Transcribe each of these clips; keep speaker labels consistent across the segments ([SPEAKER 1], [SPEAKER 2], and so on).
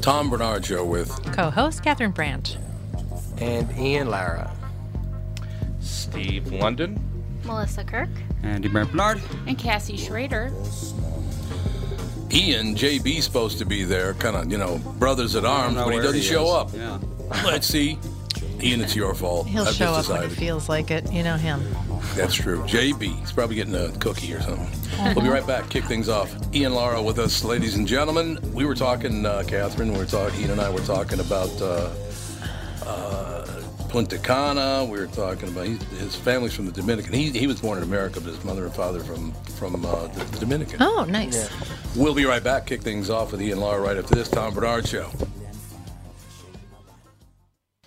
[SPEAKER 1] Tom Bernard Show with
[SPEAKER 2] Co host Catherine Brandt.
[SPEAKER 3] And Ian Lara.
[SPEAKER 4] Steve London.
[SPEAKER 5] Melissa Kirk.
[SPEAKER 6] Andy Brent Bernard.
[SPEAKER 7] And Cassie Schrader.
[SPEAKER 1] Ian. JB's supposed to be there, kind of, you know, brothers at arms,
[SPEAKER 6] know
[SPEAKER 1] but he
[SPEAKER 6] where
[SPEAKER 1] doesn't
[SPEAKER 6] he
[SPEAKER 1] show up.
[SPEAKER 6] is. Yeah.
[SPEAKER 1] Let's see. Ian, it's your fault.
[SPEAKER 2] He'll
[SPEAKER 1] I've
[SPEAKER 2] show
[SPEAKER 1] just
[SPEAKER 2] up when it
[SPEAKER 1] decided.
[SPEAKER 2] feels like it. You know him.
[SPEAKER 1] That's true. JB, he's probably getting a cookie or something. We'll be right back. Kick things off. Ian Lara with us, ladies and gentlemen. We were talking, uh, Catherine. We were talking. Ian and I were talking about uh, uh, Punta Cana. We were talking about he's, his family's from the Dominican. He, he was born in America, but his mother and father from from uh, the, the Dominican.
[SPEAKER 2] Oh, nice.
[SPEAKER 1] We'll be right back. Kick things off with Ian Lara right after this Tom Bernard show.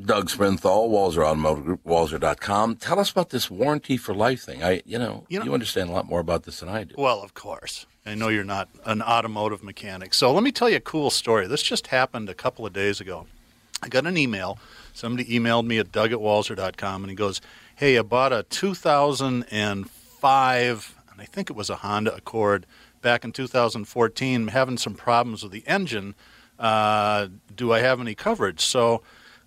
[SPEAKER 1] Doug Sprinthal, Walzer Automotive Group, Walzer.com. Tell us about this warranty for life thing. I, you know, you,
[SPEAKER 8] You know-
[SPEAKER 1] understand a lot more about this than I do.
[SPEAKER 8] Well, of course. I know you're not an automotive mechanic. So let me tell you a cool story. This just happened a couple of days ago. I got an email. Somebody emailed me at doug at walzer.com and he goes, Hey, I bought a 2005, and I think it was a Honda Accord back in 2014, having some problems with the engine. Uh, do I have any coverage? So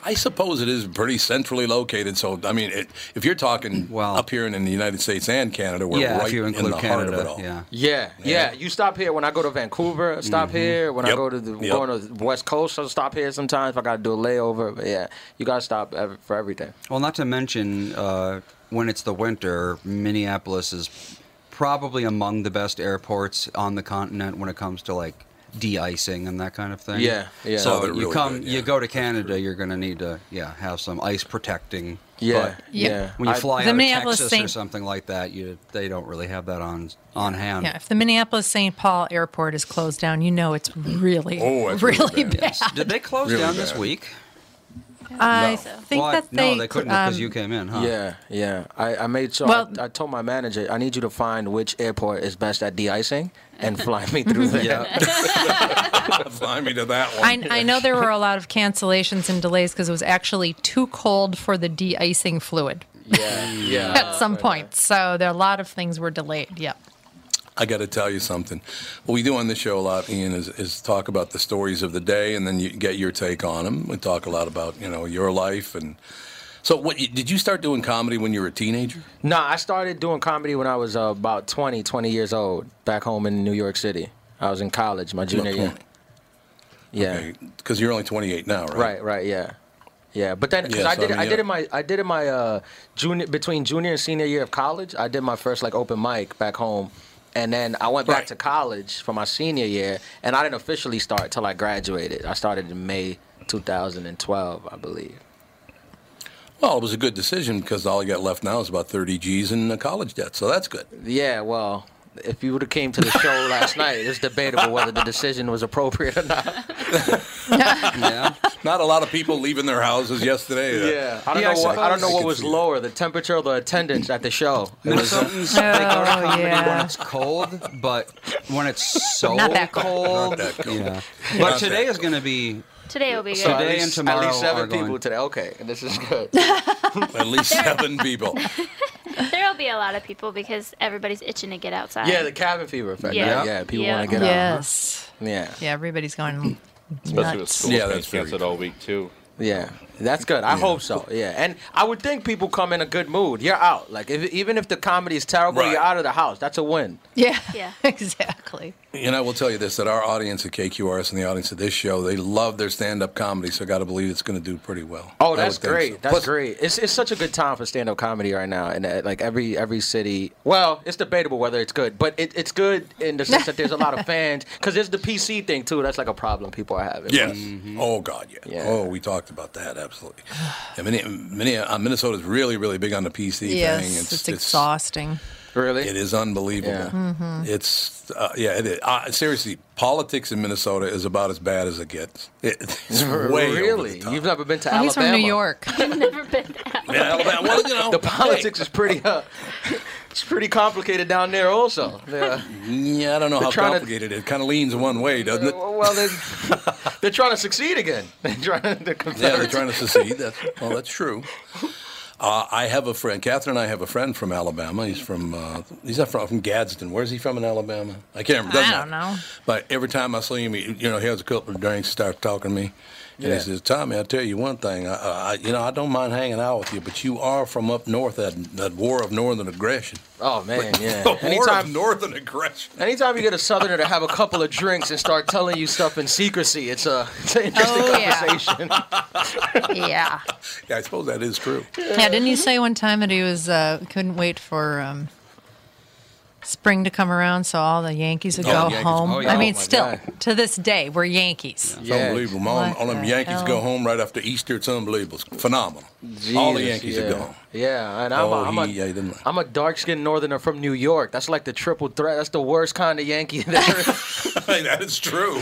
[SPEAKER 1] I suppose it is pretty centrally located. So, I mean, it, if you're talking
[SPEAKER 6] Well-
[SPEAKER 1] up here in, in the United States and Canada, we're
[SPEAKER 6] yeah,
[SPEAKER 1] right
[SPEAKER 6] if you
[SPEAKER 1] in
[SPEAKER 6] include
[SPEAKER 1] the heart
[SPEAKER 6] Canada,
[SPEAKER 1] of it all.
[SPEAKER 6] yeah.
[SPEAKER 3] yeah, yeah. You stop here when I go to Vancouver. Stop here when I
[SPEAKER 1] Yep,
[SPEAKER 3] go to the
[SPEAKER 1] yep.
[SPEAKER 3] going to the West Coast. I'll stop here sometimes if I got to do a layover. But yeah, you gotta stop ev- for everything.
[SPEAKER 6] Well, not to mention uh, when it's the winter, Minneapolis is probably among the best airports on the continent when it comes to like de-icing and that kind of thing.
[SPEAKER 3] Yeah, yeah.
[SPEAKER 6] So
[SPEAKER 1] Oh, they're
[SPEAKER 6] you
[SPEAKER 1] really
[SPEAKER 6] come,
[SPEAKER 1] good, yeah.
[SPEAKER 6] you go to Canada, you're gonna need to yeah have some ice protecting.
[SPEAKER 3] Yeah,
[SPEAKER 6] But
[SPEAKER 2] Yeah.
[SPEAKER 3] yeah.
[SPEAKER 6] when you
[SPEAKER 3] I-
[SPEAKER 6] fly
[SPEAKER 2] The
[SPEAKER 6] out of
[SPEAKER 2] Minneapolis
[SPEAKER 6] Texas or
[SPEAKER 2] Saint-
[SPEAKER 6] something like that, you they don't really have that on on hand.
[SPEAKER 2] Yeah, if the Minneapolis St. Paul airport is closed down, you know it's really,
[SPEAKER 1] Oh, it's really
[SPEAKER 2] really
[SPEAKER 1] bad.
[SPEAKER 2] bad.
[SPEAKER 6] Yes. Did they close
[SPEAKER 1] Really
[SPEAKER 6] down this
[SPEAKER 1] bad.
[SPEAKER 6] week?
[SPEAKER 2] I
[SPEAKER 1] No.
[SPEAKER 2] think
[SPEAKER 6] Well, I-
[SPEAKER 2] that they
[SPEAKER 6] no, they couldn't because
[SPEAKER 2] um,
[SPEAKER 6] you came in, huh?
[SPEAKER 3] Yeah, yeah. I, I made sure.
[SPEAKER 2] Well-
[SPEAKER 3] I, I told my manager, I need you to find which airport is best at de-icing and fly me through there.
[SPEAKER 1] Fly me to that one.
[SPEAKER 2] I, I know there were a lot of cancellations and delays because it was actually too cold for the de-icing fluid
[SPEAKER 3] Yeah, yeah.
[SPEAKER 2] at some point. So there a lot of things were delayed. Yep.
[SPEAKER 1] I got to tell you something. What we do on this show a lot, Ian, is, is talk about the stories of the day, and then you get your take on them. We talk a lot about you know your life, and so what you- did you start doing comedy when you were a teenager?
[SPEAKER 3] No, I started doing comedy when I was uh, about 20, 20 years old, back home in New York City. I was in college, my junior year. Yeah.
[SPEAKER 1] because you're only 28 now, right?
[SPEAKER 3] Right, right, yeah. Yeah, but then 'cause
[SPEAKER 1] Yeah,
[SPEAKER 3] I
[SPEAKER 1] so,
[SPEAKER 3] did
[SPEAKER 1] I mean,
[SPEAKER 3] I
[SPEAKER 1] yeah.
[SPEAKER 3] did it my I did it my uh, junior between junior and senior year of college. I did my first like open mic back home, and then I went back
[SPEAKER 1] Right.
[SPEAKER 3] to college for my senior year, and I didn't officially start till I graduated. I started in May 2012, I believe.
[SPEAKER 1] Well, it was a good decision because all you got left now is about 30 G's in uh, college debt, so that's good.
[SPEAKER 3] Yeah, well, if you would have came to the show last night, it's debatable whether the decision was appropriate or not.
[SPEAKER 6] Yeah.
[SPEAKER 1] Not a lot of people leaving their houses yesterday. uh,
[SPEAKER 3] I don't
[SPEAKER 6] Yeah, I
[SPEAKER 3] know. what, I don't know
[SPEAKER 1] suppose.
[SPEAKER 3] what was lower, the temperature or the attendance at the show. It was, uh,
[SPEAKER 6] Minnesotans they go to
[SPEAKER 2] Oh,
[SPEAKER 6] comedy when
[SPEAKER 2] yeah.
[SPEAKER 6] it's cold, but when it's so
[SPEAKER 2] Not that
[SPEAKER 6] cold,
[SPEAKER 1] Not that cool.
[SPEAKER 6] yeah.
[SPEAKER 1] Not
[SPEAKER 6] But today
[SPEAKER 1] that
[SPEAKER 6] is going to be
[SPEAKER 5] Today will be
[SPEAKER 3] so
[SPEAKER 5] good.
[SPEAKER 3] at
[SPEAKER 6] Today
[SPEAKER 3] least-
[SPEAKER 6] and tomorrow
[SPEAKER 3] At least
[SPEAKER 6] are
[SPEAKER 3] seven
[SPEAKER 6] going-
[SPEAKER 3] people today. Okay, this is good.
[SPEAKER 1] At least seven people.
[SPEAKER 5] There'll be a lot of people because everybody's itching to get outside.
[SPEAKER 3] yeah, the cabin fever effect. Yeah,
[SPEAKER 6] Yeah.
[SPEAKER 3] yeah. people
[SPEAKER 5] Yeah.
[SPEAKER 3] want to get
[SPEAKER 2] yes.
[SPEAKER 3] out. Yeah,
[SPEAKER 2] Yeah, everybody's going
[SPEAKER 9] Especially with
[SPEAKER 2] nuts.
[SPEAKER 9] school.
[SPEAKER 1] Yeah, that's very
[SPEAKER 9] canceled all week too.
[SPEAKER 3] yeah. That's good. I hope so. Yeah, and I would think people come in a good mood. You're out. Like if, even if the comedy is terrible,
[SPEAKER 1] Right.
[SPEAKER 3] you're out of the house. That's a win.
[SPEAKER 2] Yeah.
[SPEAKER 5] Yeah.
[SPEAKER 2] Exactly.
[SPEAKER 1] And I will tell you this that our audience at KQRS and the audience at this show, they love their stand up comedy, so I got to believe it's going to do pretty well. I
[SPEAKER 3] Oh,
[SPEAKER 1] would
[SPEAKER 3] that's
[SPEAKER 1] think so.
[SPEAKER 3] great. That's
[SPEAKER 1] Plus,
[SPEAKER 3] great. It's it's such a good time for stand up comedy right now, and uh, like every every city. Well, it's debatable whether it's good, but it, it's good in the sense that there's a lot of fans because there's the PC thing too. That's like a problem people are having. Mm.
[SPEAKER 1] Yes. Oh God, yeah.
[SPEAKER 3] Mm-hmm. Yeah.
[SPEAKER 1] Oh, we talked about that absolutely. And Minne- Minne- uh, Minnesota's really, really big on the PC
[SPEAKER 2] Yes.
[SPEAKER 1] thing.
[SPEAKER 2] It's, exhausting.
[SPEAKER 3] really.
[SPEAKER 1] It is unbelievable.
[SPEAKER 3] Yeah. Mm-hmm.
[SPEAKER 1] It's uh, yeah. It is. Uh, seriously, politics in Minnesota is about as bad as it gets. It, it's way over the
[SPEAKER 3] really.
[SPEAKER 1] top.
[SPEAKER 3] You've never been to
[SPEAKER 2] Well,
[SPEAKER 3] Alabama.
[SPEAKER 2] Oh, he's from New York.
[SPEAKER 5] Never been out.
[SPEAKER 1] Yeah, Alabama. Well, you know,
[SPEAKER 3] The politics is pretty. Uh, it's pretty complicated down there also. Yeah.
[SPEAKER 1] Yeah, I don't know how
[SPEAKER 3] trying to-
[SPEAKER 1] complicated it. It kind of leans one way, doesn't it?
[SPEAKER 3] well, they're, they're trying to succeed again. They're trying to.
[SPEAKER 1] Yeah, they're trying to secede. That's, well, that's true. Uh, I have a friend, Catherine. and I have a friend from Alabama. He's from uh, he's not from, from Gadsden. Where's he from in Alabama? I can't remember.
[SPEAKER 2] I
[SPEAKER 1] Doesn't
[SPEAKER 2] don't
[SPEAKER 1] matter.
[SPEAKER 2] know.
[SPEAKER 1] But every time I see him, he- you know, he has a couple of drinks, starts talking to me, and
[SPEAKER 3] Yeah.
[SPEAKER 1] he says, "Tommy, I tell you one thing. I, I, you know, I don't mind hanging out with you, but you are from up north that that war of northern aggression.
[SPEAKER 3] Oh man, yeah.
[SPEAKER 1] The war of
[SPEAKER 3] Anytime,
[SPEAKER 1] northern aggression.
[SPEAKER 3] anytime you get a southerner to have a couple of drinks and start telling you stuff in secrecy, it's a it's an interesting
[SPEAKER 2] Oh, yeah.
[SPEAKER 3] conversation.
[SPEAKER 2] yeah.
[SPEAKER 1] Yeah, I suppose that is true.
[SPEAKER 2] Yeah. Didn't you say one time that he was uh, couldn't wait for um, spring to come around, so all the Yankees would
[SPEAKER 1] Oh,
[SPEAKER 2] go
[SPEAKER 1] Yankees.
[SPEAKER 2] home.
[SPEAKER 6] Oh, yeah.
[SPEAKER 2] I mean,
[SPEAKER 3] Oh, my
[SPEAKER 2] still
[SPEAKER 3] God.
[SPEAKER 2] to this day, we're Yankees.
[SPEAKER 1] It's
[SPEAKER 3] Yeah.
[SPEAKER 1] unbelievable. Man,
[SPEAKER 2] What
[SPEAKER 1] all them
[SPEAKER 2] the
[SPEAKER 1] Yankees
[SPEAKER 2] hell?
[SPEAKER 1] go home right after Easter. It's unbelievable. It's phenomenal. all the
[SPEAKER 3] Jesus,
[SPEAKER 1] Yankees
[SPEAKER 3] yeah.
[SPEAKER 1] are gone.
[SPEAKER 3] Yeah, and I'm
[SPEAKER 1] Oh,
[SPEAKER 3] a, I'm a,
[SPEAKER 1] he- yeah, he didn't like-
[SPEAKER 3] am a dark skinned northerner from New York. That's like the triple threat. That's the worst kind of Yankee there is.
[SPEAKER 1] that is true.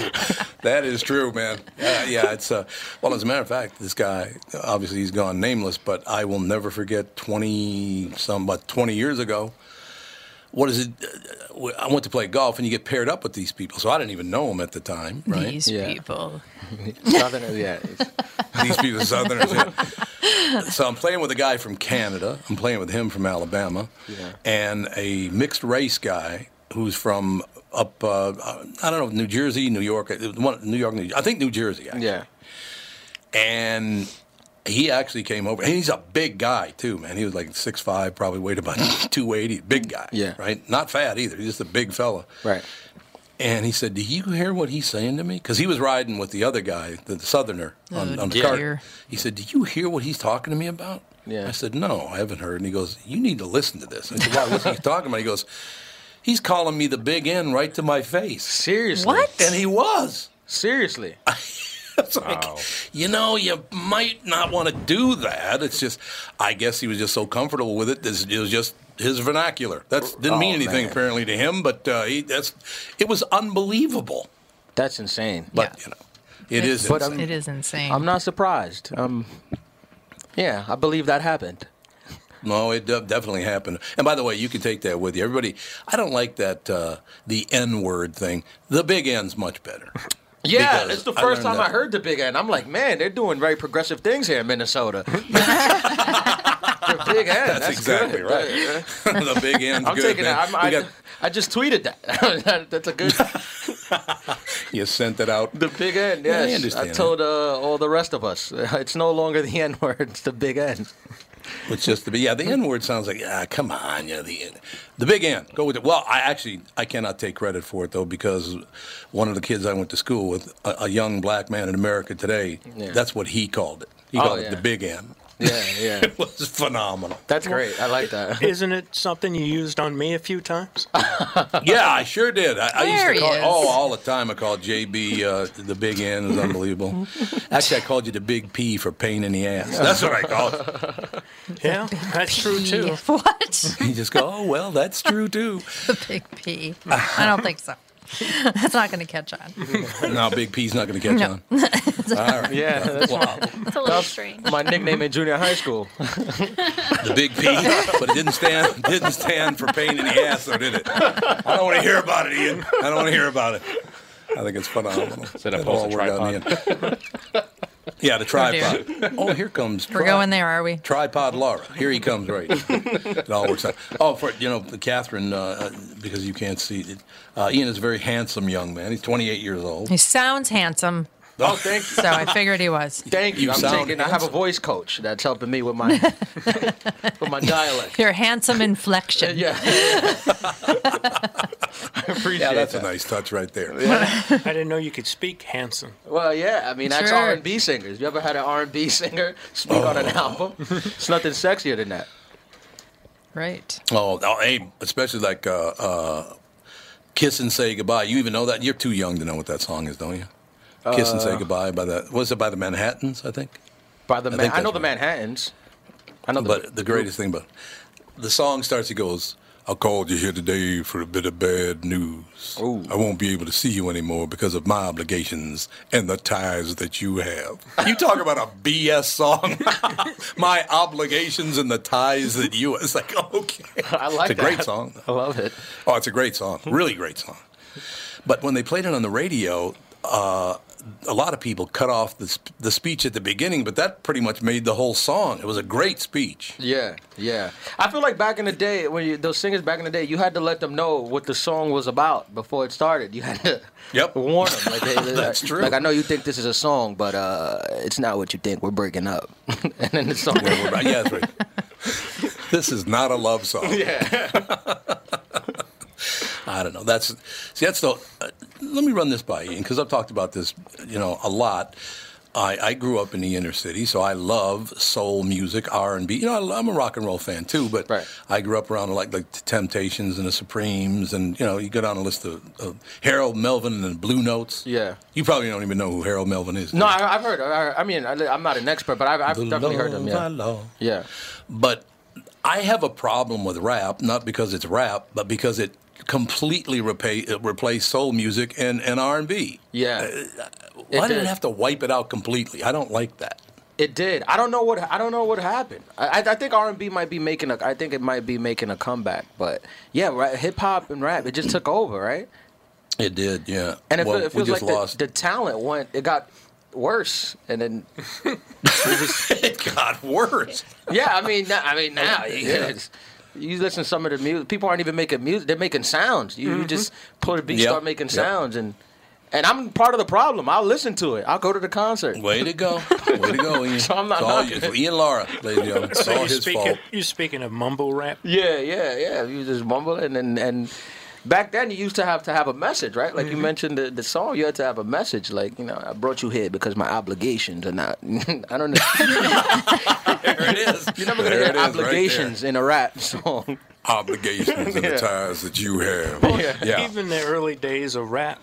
[SPEAKER 1] that is true, man. Yeah, yeah, it's uh, well. As a matter of fact, this guy obviously he's gone nameless, but I will never forget twenty some about twenty years ago. What is it? uh, I went to play golf, and you get paired up with these people. So I didn't even know them at the time, right?
[SPEAKER 2] These
[SPEAKER 3] Yeah.
[SPEAKER 2] people.
[SPEAKER 3] Southerners, yeah.
[SPEAKER 1] These people, Southerners. yeah. So I'm playing with a guy from Canada. I'm playing with him from Alabama,
[SPEAKER 3] Yeah.
[SPEAKER 1] and a mixed race guy who's from up. Uh, I don't know, New Jersey, New York, uh, one, New York, New, I think New Jersey. Actually.
[SPEAKER 3] Yeah.
[SPEAKER 1] And he actually came over. And he's a big guy too, man. He was like six five, probably weighed about two eighty. Big guy.
[SPEAKER 3] Yeah.
[SPEAKER 1] Right. Not fat either. He's just a big fella.
[SPEAKER 3] Right.
[SPEAKER 1] And he said, "Do you hear what he's saying to me?" Because he was riding with the other guy, the, the Southerner, on,
[SPEAKER 2] Oh,
[SPEAKER 1] on the
[SPEAKER 2] dear.
[SPEAKER 1] cart. He said, "Do you hear what he's talking to me about?"
[SPEAKER 3] Yeah.
[SPEAKER 1] I said, "No, I haven't heard." And he goes, "You need to listen to this." I said, "Why? What's he talking about?" He goes, "He's calling me the big N right to my face,"
[SPEAKER 3] Seriously.
[SPEAKER 2] What?
[SPEAKER 1] and he was.
[SPEAKER 3] Seriously.
[SPEAKER 1] It's like, you know, you might not want to do that. It's just, I guess he was just so comfortable with it. This, it was just his vernacular. That didn't mean
[SPEAKER 3] Oh,
[SPEAKER 1] anything
[SPEAKER 3] man.
[SPEAKER 1] apparently to him, but uh, he, that's, it was unbelievable.
[SPEAKER 3] That's insane.
[SPEAKER 1] But
[SPEAKER 2] Yeah.
[SPEAKER 1] you know, it is.
[SPEAKER 3] But um,
[SPEAKER 1] insane.
[SPEAKER 2] It is insane.
[SPEAKER 3] I'm not surprised. Um, yeah, I believe that happened.
[SPEAKER 1] no, it de- definitely happened. And by the way, you can take that with you. Everybody, I don't like that uh, the N word thing. The big N's much better.
[SPEAKER 3] Yeah,
[SPEAKER 1] Because
[SPEAKER 3] it's the
[SPEAKER 1] I
[SPEAKER 3] first
[SPEAKER 1] learned
[SPEAKER 3] time
[SPEAKER 1] that-
[SPEAKER 3] I heard the big N. I'm like, man, they're doing very progressive things here in Minnesota. the big N. That's,
[SPEAKER 1] That's, exactly
[SPEAKER 3] good.
[SPEAKER 1] right. the big N's
[SPEAKER 3] I'm
[SPEAKER 1] good.
[SPEAKER 3] taking
[SPEAKER 1] man.
[SPEAKER 3] it. I'm,
[SPEAKER 1] We
[SPEAKER 3] I,
[SPEAKER 1] got-
[SPEAKER 3] I just tweeted that. That's a good.
[SPEAKER 1] you sent it out.
[SPEAKER 3] The big N.
[SPEAKER 1] Yeah, I
[SPEAKER 3] Yes, I,
[SPEAKER 1] understand
[SPEAKER 3] told uh, all the rest of us. It's no longer the N word. It's the big N.
[SPEAKER 1] It's just the yeah. The N word sounds like ah, come on, yeah. The N- the big N. Go with it. Well, I actually I cannot take credit for it though because one of the kids I went to school with, a, a young black man in America today,
[SPEAKER 3] Yeah.
[SPEAKER 1] that's what he called it. He
[SPEAKER 3] Oh,
[SPEAKER 1] called
[SPEAKER 3] yeah.
[SPEAKER 1] it the big N.
[SPEAKER 3] Yeah, yeah.
[SPEAKER 1] It was phenomenal.
[SPEAKER 3] That's great. I like that.
[SPEAKER 9] Isn't it something you used on me a few times?
[SPEAKER 1] yeah, I sure did. I, I used
[SPEAKER 2] There
[SPEAKER 1] to
[SPEAKER 2] he
[SPEAKER 1] call
[SPEAKER 2] is.
[SPEAKER 1] oh all the time. I called JB uh, the big N. It was unbelievable. actually, I called you the big P for pain in the ass. That's what I called. it.
[SPEAKER 9] yeah, that's true too.
[SPEAKER 2] What?
[SPEAKER 1] You just go, oh well, that's true too.
[SPEAKER 2] the big P. I don't think so. That's not going to catch on.
[SPEAKER 1] No, big P's not going to catch
[SPEAKER 2] No.
[SPEAKER 1] on. All right.
[SPEAKER 3] Yeah, that's
[SPEAKER 1] Well,
[SPEAKER 5] It's a little strange.
[SPEAKER 3] My nickname in junior high school.
[SPEAKER 1] the big P, but it didn't stand didn't stand for pain in the ass, though, did it? I don't want to hear about it, Ian. I don't want to hear about it. I think it's phenomenal.
[SPEAKER 4] Set up
[SPEAKER 1] It all
[SPEAKER 4] both a
[SPEAKER 1] worked out in the end. yeah, the tripod. Oh, here comes.
[SPEAKER 2] We're going there, are we?
[SPEAKER 1] Tripod Laura. Here he comes, right? it all works out. Oh, for you know, Catherine, uh, uh, because you can't see it. Uh, Ian is a very handsome young man. He's 28 years old.
[SPEAKER 2] He sounds handsome,
[SPEAKER 1] Oh, thank
[SPEAKER 2] so I figured he was.
[SPEAKER 3] Thank you.
[SPEAKER 1] You
[SPEAKER 3] I'm
[SPEAKER 1] sound
[SPEAKER 3] taking. I have a
[SPEAKER 1] handsome.
[SPEAKER 3] voice coach that's helping me with my with my dialect.
[SPEAKER 2] Your handsome inflection.
[SPEAKER 3] Yeah. I appreciate
[SPEAKER 1] Yeah, that's a
[SPEAKER 3] that.
[SPEAKER 1] nice touch right there.
[SPEAKER 9] I didn't know you could speak handsome.
[SPEAKER 3] Well, yeah. I mean, that's
[SPEAKER 2] Sure.
[SPEAKER 3] R and B singers. You ever had an R and B singer speak on an
[SPEAKER 1] Oh.
[SPEAKER 3] album? It's nothing sexier than that.
[SPEAKER 2] Right.
[SPEAKER 1] Oh, oh hey, especially like uh, uh, "Kiss and Say Goodbye." You even know that? You're too young to know what that song is, don't you? "Kiss and Say Goodbye" by the was it by the Manhattans? I think.
[SPEAKER 3] By the
[SPEAKER 1] I
[SPEAKER 3] man,
[SPEAKER 1] think
[SPEAKER 3] I know
[SPEAKER 1] that's
[SPEAKER 3] the
[SPEAKER 1] right.
[SPEAKER 3] Manhattans. I know the
[SPEAKER 1] But the greatest thing about the song starts. It goes. I called you here today for a bit of bad news.
[SPEAKER 3] Ooh.
[SPEAKER 1] I won't be able to see you anymore because of my obligations and the ties that you have. You talk about a BS song. my obligations and the ties that you. It's like okay.
[SPEAKER 3] I like
[SPEAKER 1] It's a great
[SPEAKER 3] that.
[SPEAKER 1] song.
[SPEAKER 3] I love it. Hmm.
[SPEAKER 1] Oh, it's a great song, really great song. But when they played it on the radio, uh, a lot of people cut off the, sp- the speech at the beginning, but that pretty much made the whole song. It was a great speech.
[SPEAKER 3] Yeah, yeah. I feel like back in the day, when you, those singers back in the day, you had to let them know what the song was about before it started. You had to
[SPEAKER 1] Yep.
[SPEAKER 3] warn them. Like, hey,
[SPEAKER 1] That's
[SPEAKER 3] like,
[SPEAKER 1] true.
[SPEAKER 3] Like I know you think this is a song, but uh, it's not what you think. We're breaking up, and then the song.
[SPEAKER 1] Yeah, we're right. Yeah, that's right. this is not a love song.
[SPEAKER 3] yeah.
[SPEAKER 1] I don't know. That's see. That's the. Uh, let me run this by you because I've talked about this, you know, a lot. I, I grew up in the inner city, so I love soul music, R and B. You know, I, I'm a rock and roll fan too, but
[SPEAKER 3] Right.
[SPEAKER 1] I grew up around like like the Temptations and the Supremes, and you know, you go down a list of, of Harold Melvin and the Blue Notes.
[SPEAKER 3] Yeah.
[SPEAKER 1] you probably don't even know who Harold Melvin is. do
[SPEAKER 3] No,
[SPEAKER 1] you?
[SPEAKER 3] I, I've heard. I, I mean, I, I'm not an expert, but I've, I've
[SPEAKER 1] The
[SPEAKER 3] definitely heard them.
[SPEAKER 1] love I
[SPEAKER 3] Yeah.
[SPEAKER 1] love.
[SPEAKER 3] Yeah.
[SPEAKER 1] But I have a problem with rap, not because it's rap, but because it completely repa- uh, replaced soul music and, and R&B.
[SPEAKER 3] Yeah.
[SPEAKER 1] Why did
[SPEAKER 3] did.
[SPEAKER 1] it have to wipe it out completely? I don't like that.
[SPEAKER 3] It did. I don't know what I don't know what happened. I, I I think R and B might be making a. I think it might be making a comeback. But yeah, right, hip hop and rap, it just took over, right?
[SPEAKER 1] It did, yeah.
[SPEAKER 3] And it,
[SPEAKER 1] well,
[SPEAKER 3] feel- it
[SPEAKER 1] we
[SPEAKER 3] feels
[SPEAKER 1] just
[SPEAKER 3] like the,
[SPEAKER 1] lost.
[SPEAKER 3] the talent went. It got worse, and then
[SPEAKER 1] it got worse.
[SPEAKER 3] yeah. I mean, now- I mean now you- it's- You listen to some of the music. People aren't even making music; they're making sounds. You,
[SPEAKER 9] Mm-hmm.
[SPEAKER 3] you just pull the beat,
[SPEAKER 1] Yep.
[SPEAKER 3] start making
[SPEAKER 1] Yep.
[SPEAKER 3] sounds, and and I'm part of the problem. I'll listen to it. I'll go to the concert.
[SPEAKER 1] Way to go. Way to go, Ian.
[SPEAKER 3] So I'm not
[SPEAKER 1] it's all
[SPEAKER 3] knocking
[SPEAKER 1] you- it's Ian Laura, ladies and gentlemen. It's
[SPEAKER 9] So
[SPEAKER 1] all
[SPEAKER 9] you
[SPEAKER 1] his
[SPEAKER 9] speaking,
[SPEAKER 1] fault.
[SPEAKER 9] you speaking of mumble rap?
[SPEAKER 3] Yeah, yeah, yeah. You just mumble and and, and back then you used to have to have a message, right? Like
[SPEAKER 9] Mm-hmm.
[SPEAKER 3] you mentioned the, the song, you had to have a message. Like you know, I brought you here because my obligations are not. I don't know.
[SPEAKER 1] There it is.
[SPEAKER 3] You're never gonna get obligations in a rap song.
[SPEAKER 1] obligations and the ties that you have.
[SPEAKER 3] Oh,
[SPEAKER 1] Yeah.
[SPEAKER 9] Even the early days of rap,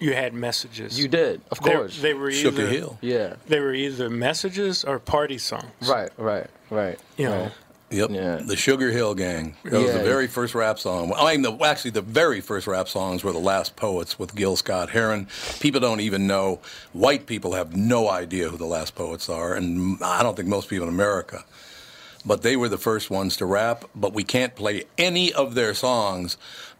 [SPEAKER 9] you had messages.
[SPEAKER 3] You did, of
[SPEAKER 9] They-
[SPEAKER 3] course.
[SPEAKER 9] They, were
[SPEAKER 1] Shook
[SPEAKER 9] either
[SPEAKER 1] a hill.
[SPEAKER 3] yeah.
[SPEAKER 9] they were either messages or party songs.
[SPEAKER 3] Right. Right. Right.
[SPEAKER 9] You know,
[SPEAKER 3] right.
[SPEAKER 1] Yep.
[SPEAKER 3] Yeah.
[SPEAKER 1] The Sugar Hill Gang. That was
[SPEAKER 3] Yeah.
[SPEAKER 1] the very first rap song. I mean, the, actually, the very first rap songs were The Last Poets with Gil Scott Heron. People don't even know, white people have no idea who The Last Poets are, and I don't think most people in America. But they were the first ones to rap, but we can't play any of their songs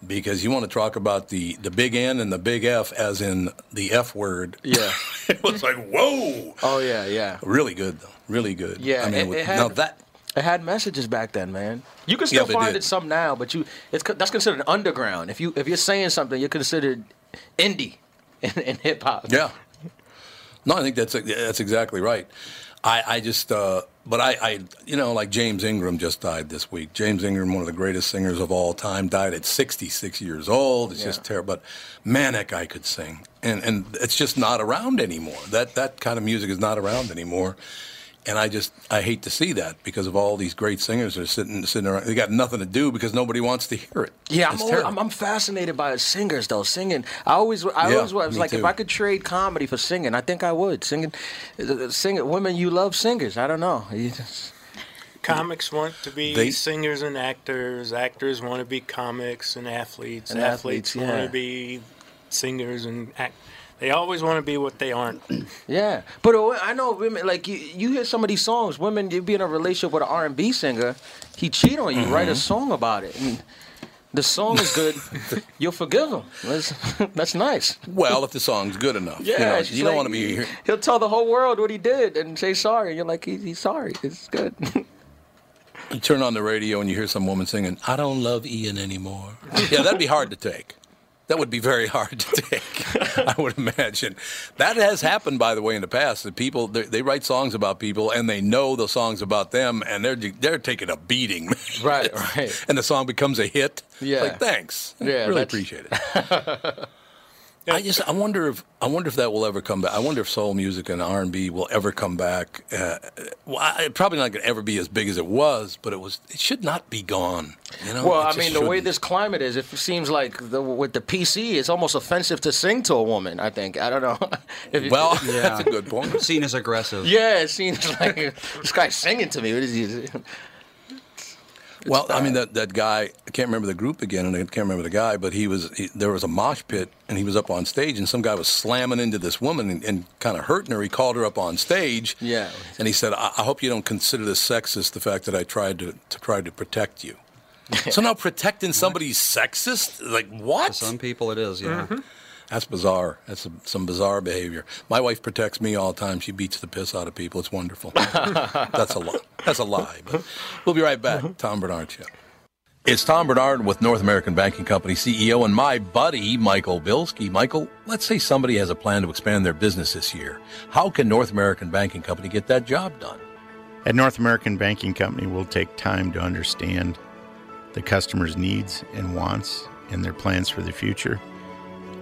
[SPEAKER 1] because you want to talk about the, the big N and the big F as in the F word.
[SPEAKER 3] Yeah.
[SPEAKER 1] it was like, whoa.
[SPEAKER 3] Oh yeah. Yeah.
[SPEAKER 1] Really good, though. Really good. I
[SPEAKER 3] Yeah,
[SPEAKER 1] mean,
[SPEAKER 3] it-
[SPEAKER 1] with-
[SPEAKER 3] it had-
[SPEAKER 1] now that.
[SPEAKER 3] It had messages back then, man. You can still
[SPEAKER 1] Yeah, they
[SPEAKER 3] find
[SPEAKER 1] did.
[SPEAKER 3] it some now, but you it's co- that's considered underground. If you if you're saying something, you're considered indie in, in hip hop.
[SPEAKER 1] Yeah. No, I think that's that's exactly right. I, I just, uh, but I, I, you know, like James Ingram just died this week. James Ingram, one of the greatest singers of all time, died at 66 years old. It's just
[SPEAKER 3] Yeah.
[SPEAKER 1] terrible. But man, that guy could sing, and and it's just not around anymore. That that kind of music is not around anymore. And I just I hate to see that because of all these great singers that are sitting sitting around. They got nothing to do because nobody wants to hear it.
[SPEAKER 3] Yeah, I'm,
[SPEAKER 1] It's
[SPEAKER 3] always,
[SPEAKER 1] terrible.
[SPEAKER 3] I'm, I'm fascinated by singers though. Singing, I always, I
[SPEAKER 1] Yeah,
[SPEAKER 3] always was
[SPEAKER 1] me
[SPEAKER 3] like, if
[SPEAKER 1] too.
[SPEAKER 3] I could trade comedy for singing, I think I would. Singing, uh, singing, women, you love singers. I don't know. You just-
[SPEAKER 9] comics want to be
[SPEAKER 1] They-
[SPEAKER 9] singers and actors. Actors want to be comics and athletes.
[SPEAKER 3] And
[SPEAKER 9] athletes,
[SPEAKER 3] athletes,
[SPEAKER 9] want
[SPEAKER 3] yeah.
[SPEAKER 9] to be singers and act. They always want to be what they aren't.
[SPEAKER 3] Yeah, but uh, I know women. Like you, you hear some of these songs. Women, you be in a relationship with an R and B singer, he cheat on you.
[SPEAKER 1] Mm-hmm.
[SPEAKER 3] Write a song about it. And the song is good. you'll forgive him. That's, that's nice.
[SPEAKER 1] well, if the song's good enough, you, know,
[SPEAKER 3] she's
[SPEAKER 1] you don't
[SPEAKER 3] like-
[SPEAKER 1] want to be. here.
[SPEAKER 3] He'll tell the whole world what he did and say sorry. You're like, he's, he's sorry. It's good.
[SPEAKER 1] You turn on the radio and you hear some woman singing, I don't love Ian anymore. yeah, that'd be hard to take. That would be very hard to take, I would imagine. That has happened, by the way, in the past. That people they, they write songs about people and they know the songs about them, and they're they're taking a beating,
[SPEAKER 3] Right, right.
[SPEAKER 1] and the song becomes a hit.
[SPEAKER 3] Yeah.
[SPEAKER 1] like thanks,
[SPEAKER 3] Yeah,
[SPEAKER 1] really
[SPEAKER 3] that's-
[SPEAKER 1] appreciate it. I just I wonder if I wonder if that will ever come back. I wonder if soul music and R and B will ever come back. Uh, well, I, it probably not going to ever be as big as it was, but it was. It should not be gone. You know.
[SPEAKER 3] Well,
[SPEAKER 1] It
[SPEAKER 3] I
[SPEAKER 1] just
[SPEAKER 3] mean, the way
[SPEAKER 1] shouldn't.
[SPEAKER 3] this climate is, it seems like the, with the PC, it's almost offensive to sing to a woman. I think I don't know. if you-
[SPEAKER 1] Well,
[SPEAKER 6] Yeah.
[SPEAKER 1] that's a good point.
[SPEAKER 6] Seen as aggressive.
[SPEAKER 3] yeah, it seems like this guy's singing to me. What is he?
[SPEAKER 1] well, I mean that that guy. I can't remember the group again, and I can't remember the guy. But he was he, there was a mosh pit, and he was up on stage, and some guy was slamming into this woman and, and kind of hurting her. He called her up on stage.
[SPEAKER 3] Yeah.
[SPEAKER 1] And he said, I, "I hope you don't consider this sexist. The fact that I tried to to try to protect you." so now protecting somebody's sexist? Like
[SPEAKER 6] For
[SPEAKER 1] what?
[SPEAKER 6] some people, it is. Yeah.
[SPEAKER 1] That's bizarre. That's some some bizarre behavior. My wife protects me all the time. She beats the piss out of people. It's wonderful. That's a lie. That's a lie. But we'll be right back. Tom Bernard Show. It's Tom Bernard with North American Banking Company CEO and my buddy Michael Bilski. Michael, let's say somebody has a plan to expand their business this year. How can North American Banking Company get that job done?
[SPEAKER 10] At North American Banking Company, we'll take time to understand the customer's needs and wants and their plans for the future.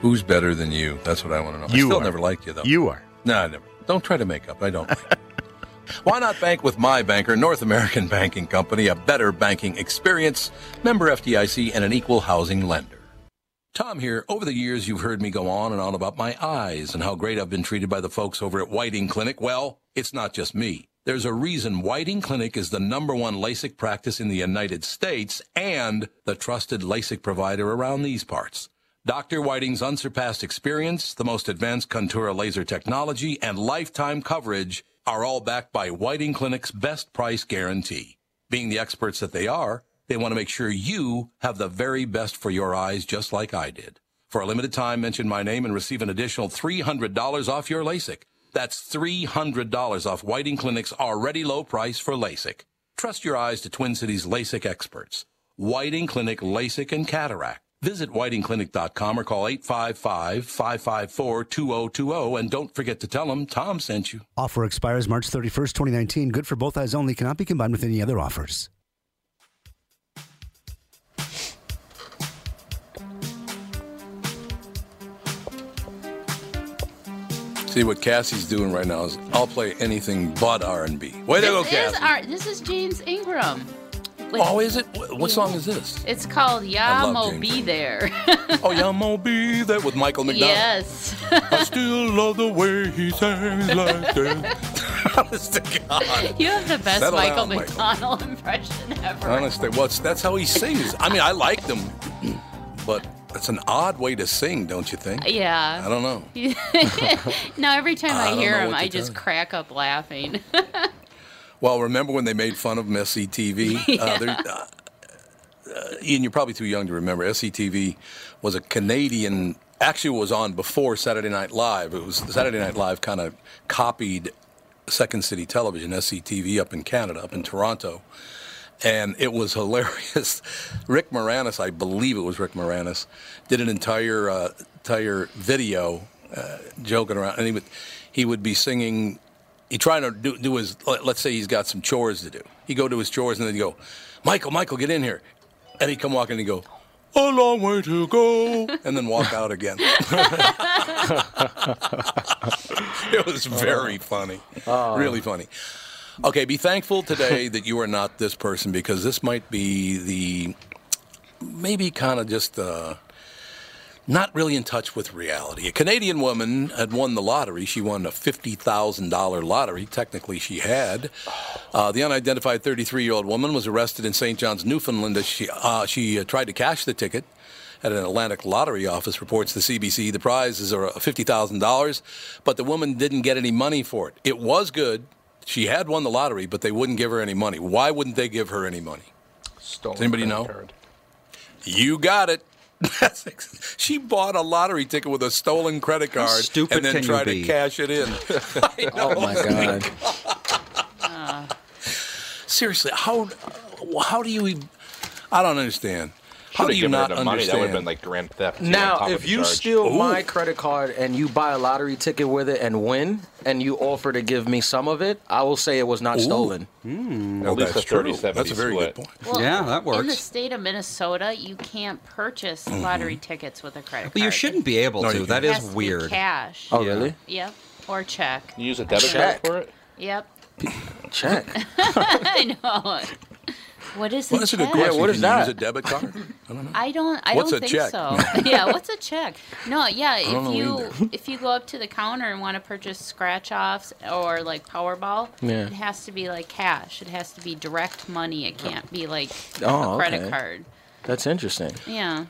[SPEAKER 1] Who's better than you? That's what I want to know. I
[SPEAKER 10] You
[SPEAKER 1] still
[SPEAKER 10] are.
[SPEAKER 1] never liked you though.
[SPEAKER 10] You are.
[SPEAKER 1] No, I never. Don't try to make up. I don't. like you. Why not bank with my banker, North American Banking Company, a better banking experience, member FDIC, and an equal housing lender. Tom here. Over the years, you've heard me go on and on about my eyes and how great I've been treated by the folks over at Whiting Clinic. Well, it's not just me. There's a reason Whiting Clinic is the number one LASIK practice in the United States and the trusted LASIK provider around these parts. Dr. Whiting's unsurpassed experience, the most advanced Contura laser technology, and lifetime coverage are all backed by Whiting Clinic's best price guarantee. Being the experts that they are, they want to make sure you have the very best for your eyes, just like I did. For a limited time, mention my name and receive an additional $300 off your LASIK. That's $300 off Whiting Clinic's already low price for LASIK. Trust your eyes to Twin Cities LASIK experts. Whiting Clinic LASIK and Cataract. Visit whitingclinic.com or call 855-554-2020 and don't forget to tell them Tom sent you.
[SPEAKER 11] Offer expires March 31st, 2019. Good for both eyes only. Cannot be combined with any other offers.
[SPEAKER 1] See what Cassie's doing right now is I'll play anything but R&B. Way to
[SPEAKER 7] this
[SPEAKER 1] go,
[SPEAKER 7] is
[SPEAKER 1] Cassie.
[SPEAKER 7] our, This is James Ingram. With-
[SPEAKER 1] oh, is it? What, what song is this?
[SPEAKER 7] It's called
[SPEAKER 1] I love
[SPEAKER 7] Yamo
[SPEAKER 1] James
[SPEAKER 7] Be There.
[SPEAKER 1] Oh, yeah, I'm gonna be there with Michael McDonald.
[SPEAKER 7] yes.
[SPEAKER 1] I still love the way he sings like that. Honest to God.
[SPEAKER 7] You have the best
[SPEAKER 1] Settle
[SPEAKER 7] Michael
[SPEAKER 1] down, Michael.
[SPEAKER 7] McDonald impression ever.
[SPEAKER 1] Honestly, what's that's how he sings. I mean, I like them, but it's an odd way to sing, don't you think?
[SPEAKER 7] Yeah.
[SPEAKER 1] I don't know.
[SPEAKER 7] now every time
[SPEAKER 1] I
[SPEAKER 7] I,
[SPEAKER 1] don't
[SPEAKER 7] hear
[SPEAKER 1] know
[SPEAKER 7] him,
[SPEAKER 1] what to
[SPEAKER 7] I just
[SPEAKER 1] tell
[SPEAKER 7] crack up laughing.
[SPEAKER 1] Well, remember when they made fun of SCTV? Uh, there- uh, uh, Ian, you're probably too young to remember. SCTV was a Canadian. Actually, was on before Saturday Night Live. It was Saturday Night Live kind of copied Second City Television, SCTV, up in Canada, up in Toronto, and it was hilarious. Rick Moranis, I believe it was Rick Moranis, did an entire uh, entire video uh, joking around, and he would he would be singing he trying to do, do his let- let's say he's got some chores to do he go to his chores and then he go michael michael get in here and he come walking and he go a long way to go and then walk out again it was very funny really funny okay be thankful today that you are not this person because this might be the maybe kind of just uh, not really in touch with reality. A Canadian woman had won the lottery. She won a $50,000 lottery. Technically, she had. Uh, the unidentified 33 year old woman was arrested in St. John's, Newfoundland. as She, uh, she uh, tried to cash the ticket at an Atlantic lottery office, reports the CBC. The prizes are $50,000, but the woman didn't get any money for it. It was good. She had won the lottery, but they wouldn't give her any money. Why wouldn't they give her any money? Does anybody know? You got it. That's ex- she bought a lottery ticket with a stolen credit
[SPEAKER 6] How
[SPEAKER 1] card
[SPEAKER 6] stupid
[SPEAKER 1] and then
[SPEAKER 6] can you
[SPEAKER 1] tried to
[SPEAKER 6] be?
[SPEAKER 1] cash it in. I know.
[SPEAKER 3] Oh my god.
[SPEAKER 7] Uh,
[SPEAKER 1] Seriously, how how do you? e, I don't understand. How do you not understand?
[SPEAKER 4] Money. That would have been like grand theft.
[SPEAKER 3] Now, if you steal
[SPEAKER 1] Ooh.
[SPEAKER 3] my credit card and you buy a lottery ticket with it and win, and you offer to give me some of it, I will say it was not
[SPEAKER 1] Ooh.
[SPEAKER 3] stolen.
[SPEAKER 12] Hmm.
[SPEAKER 1] Well,
[SPEAKER 4] at least
[SPEAKER 1] that's
[SPEAKER 4] a
[SPEAKER 1] true.
[SPEAKER 4] 30-70
[SPEAKER 1] That's a very
[SPEAKER 4] split.
[SPEAKER 1] good point.
[SPEAKER 6] yeah, that
[SPEAKER 7] In the
[SPEAKER 6] works.
[SPEAKER 7] state of Minnesota, you can't purchase lottery tickets with a credit card.
[SPEAKER 6] Well, you shouldn't be able
[SPEAKER 1] No,
[SPEAKER 6] to.
[SPEAKER 1] Mm-hmm. you
[SPEAKER 6] That
[SPEAKER 7] It
[SPEAKER 6] is
[SPEAKER 7] has to be
[SPEAKER 6] weird.
[SPEAKER 7] cash.
[SPEAKER 3] Oh really?
[SPEAKER 7] Yep. Or check.
[SPEAKER 4] You use a debit
[SPEAKER 3] Check.
[SPEAKER 4] card for it.
[SPEAKER 7] Yep.
[SPEAKER 3] Check.
[SPEAKER 7] I know. What is
[SPEAKER 1] What
[SPEAKER 7] a
[SPEAKER 1] is it? A
[SPEAKER 7] check?
[SPEAKER 1] question?
[SPEAKER 3] what is
[SPEAKER 1] Can you
[SPEAKER 3] that?
[SPEAKER 1] use a debit card? I don't know.
[SPEAKER 7] I don't. I
[SPEAKER 1] What's
[SPEAKER 7] don't
[SPEAKER 1] a
[SPEAKER 7] think
[SPEAKER 1] check?
[SPEAKER 7] so. yeah, what's a check? No, yeah.
[SPEAKER 1] don't know
[SPEAKER 7] If you
[SPEAKER 1] either.
[SPEAKER 7] if you go up to the counter and want to purchase scratch offs or like Powerball,
[SPEAKER 3] Yeah.
[SPEAKER 7] it has to be like cash. It has to be direct money. It can't be like
[SPEAKER 3] Oh,
[SPEAKER 7] a credit
[SPEAKER 3] okay.
[SPEAKER 7] card.
[SPEAKER 3] That's interesting.
[SPEAKER 7] Yeah.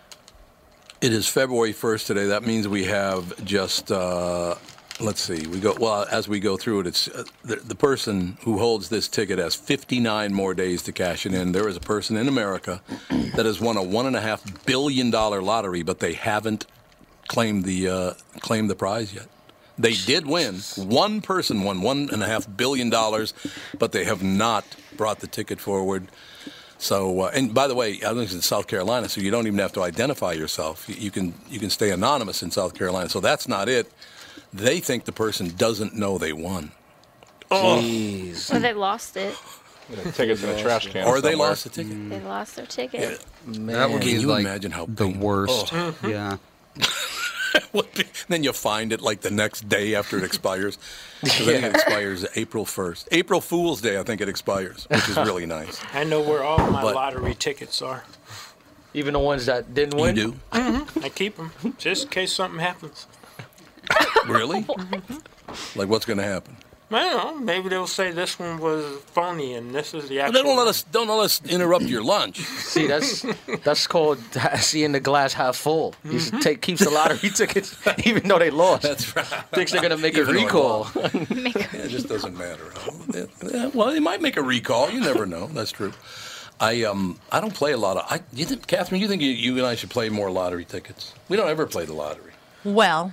[SPEAKER 1] It is February 1st today. That means we have just, uh, let's see, we go, well, as we go through it, it's uh, the, the person who holds this ticket has 59 more days to cash it in. There is a person in America that has won a $1.5 billion lottery, but they haven't claimed the, uh, claimed the prize yet. They did win. One person won one and a half billion dollars, but they have not brought the ticket forward. So, uh, and by the way, I was in South Carolina, so you don't even have to identify yourself. You, you can you can stay anonymous in South Carolina. So that's not it. They think the person doesn't know they won.
[SPEAKER 5] Oh. Well, they lost it.
[SPEAKER 12] The ticket's in a trash can.
[SPEAKER 1] Or they
[SPEAKER 12] somewhere.
[SPEAKER 1] lost the ticket.
[SPEAKER 5] They lost their ticket.
[SPEAKER 6] That would
[SPEAKER 1] Can
[SPEAKER 6] be
[SPEAKER 1] you
[SPEAKER 6] like
[SPEAKER 1] imagine how
[SPEAKER 6] the worst.
[SPEAKER 1] Oh.
[SPEAKER 6] Yeah.
[SPEAKER 1] Would be- then you find it like the next day after it expires. 'Cause I think it expires April 1st. April Fool's Day, I think it expires, which is really nice.
[SPEAKER 9] I know where all my
[SPEAKER 1] But-
[SPEAKER 9] lottery tickets are.
[SPEAKER 3] Even the ones that didn't win.
[SPEAKER 1] You do?
[SPEAKER 9] hmm I keep them just in case something happens.
[SPEAKER 1] Really? like, what's going to happen?
[SPEAKER 9] I don't know. Maybe they'll say this one was phony and this is the
[SPEAKER 1] Well,
[SPEAKER 9] actual.
[SPEAKER 1] they don't let us don't let us interrupt your lunch.
[SPEAKER 3] See, that's that's called seeing the glass half full. He
[SPEAKER 7] Mm-hmm.
[SPEAKER 3] s- take keeps the lottery tickets even though they lost.
[SPEAKER 1] That's right.
[SPEAKER 3] Thinks they're gonna make a
[SPEAKER 1] Even though they
[SPEAKER 3] recall.
[SPEAKER 1] Yeah, it just doesn't matter. Yeah, well, they might make a recall. You never know. That's true. I um I don't play a lot of. I you think, Catherine, you think you, you and I should play more lottery tickets? We don't ever play the lottery.
[SPEAKER 2] Well,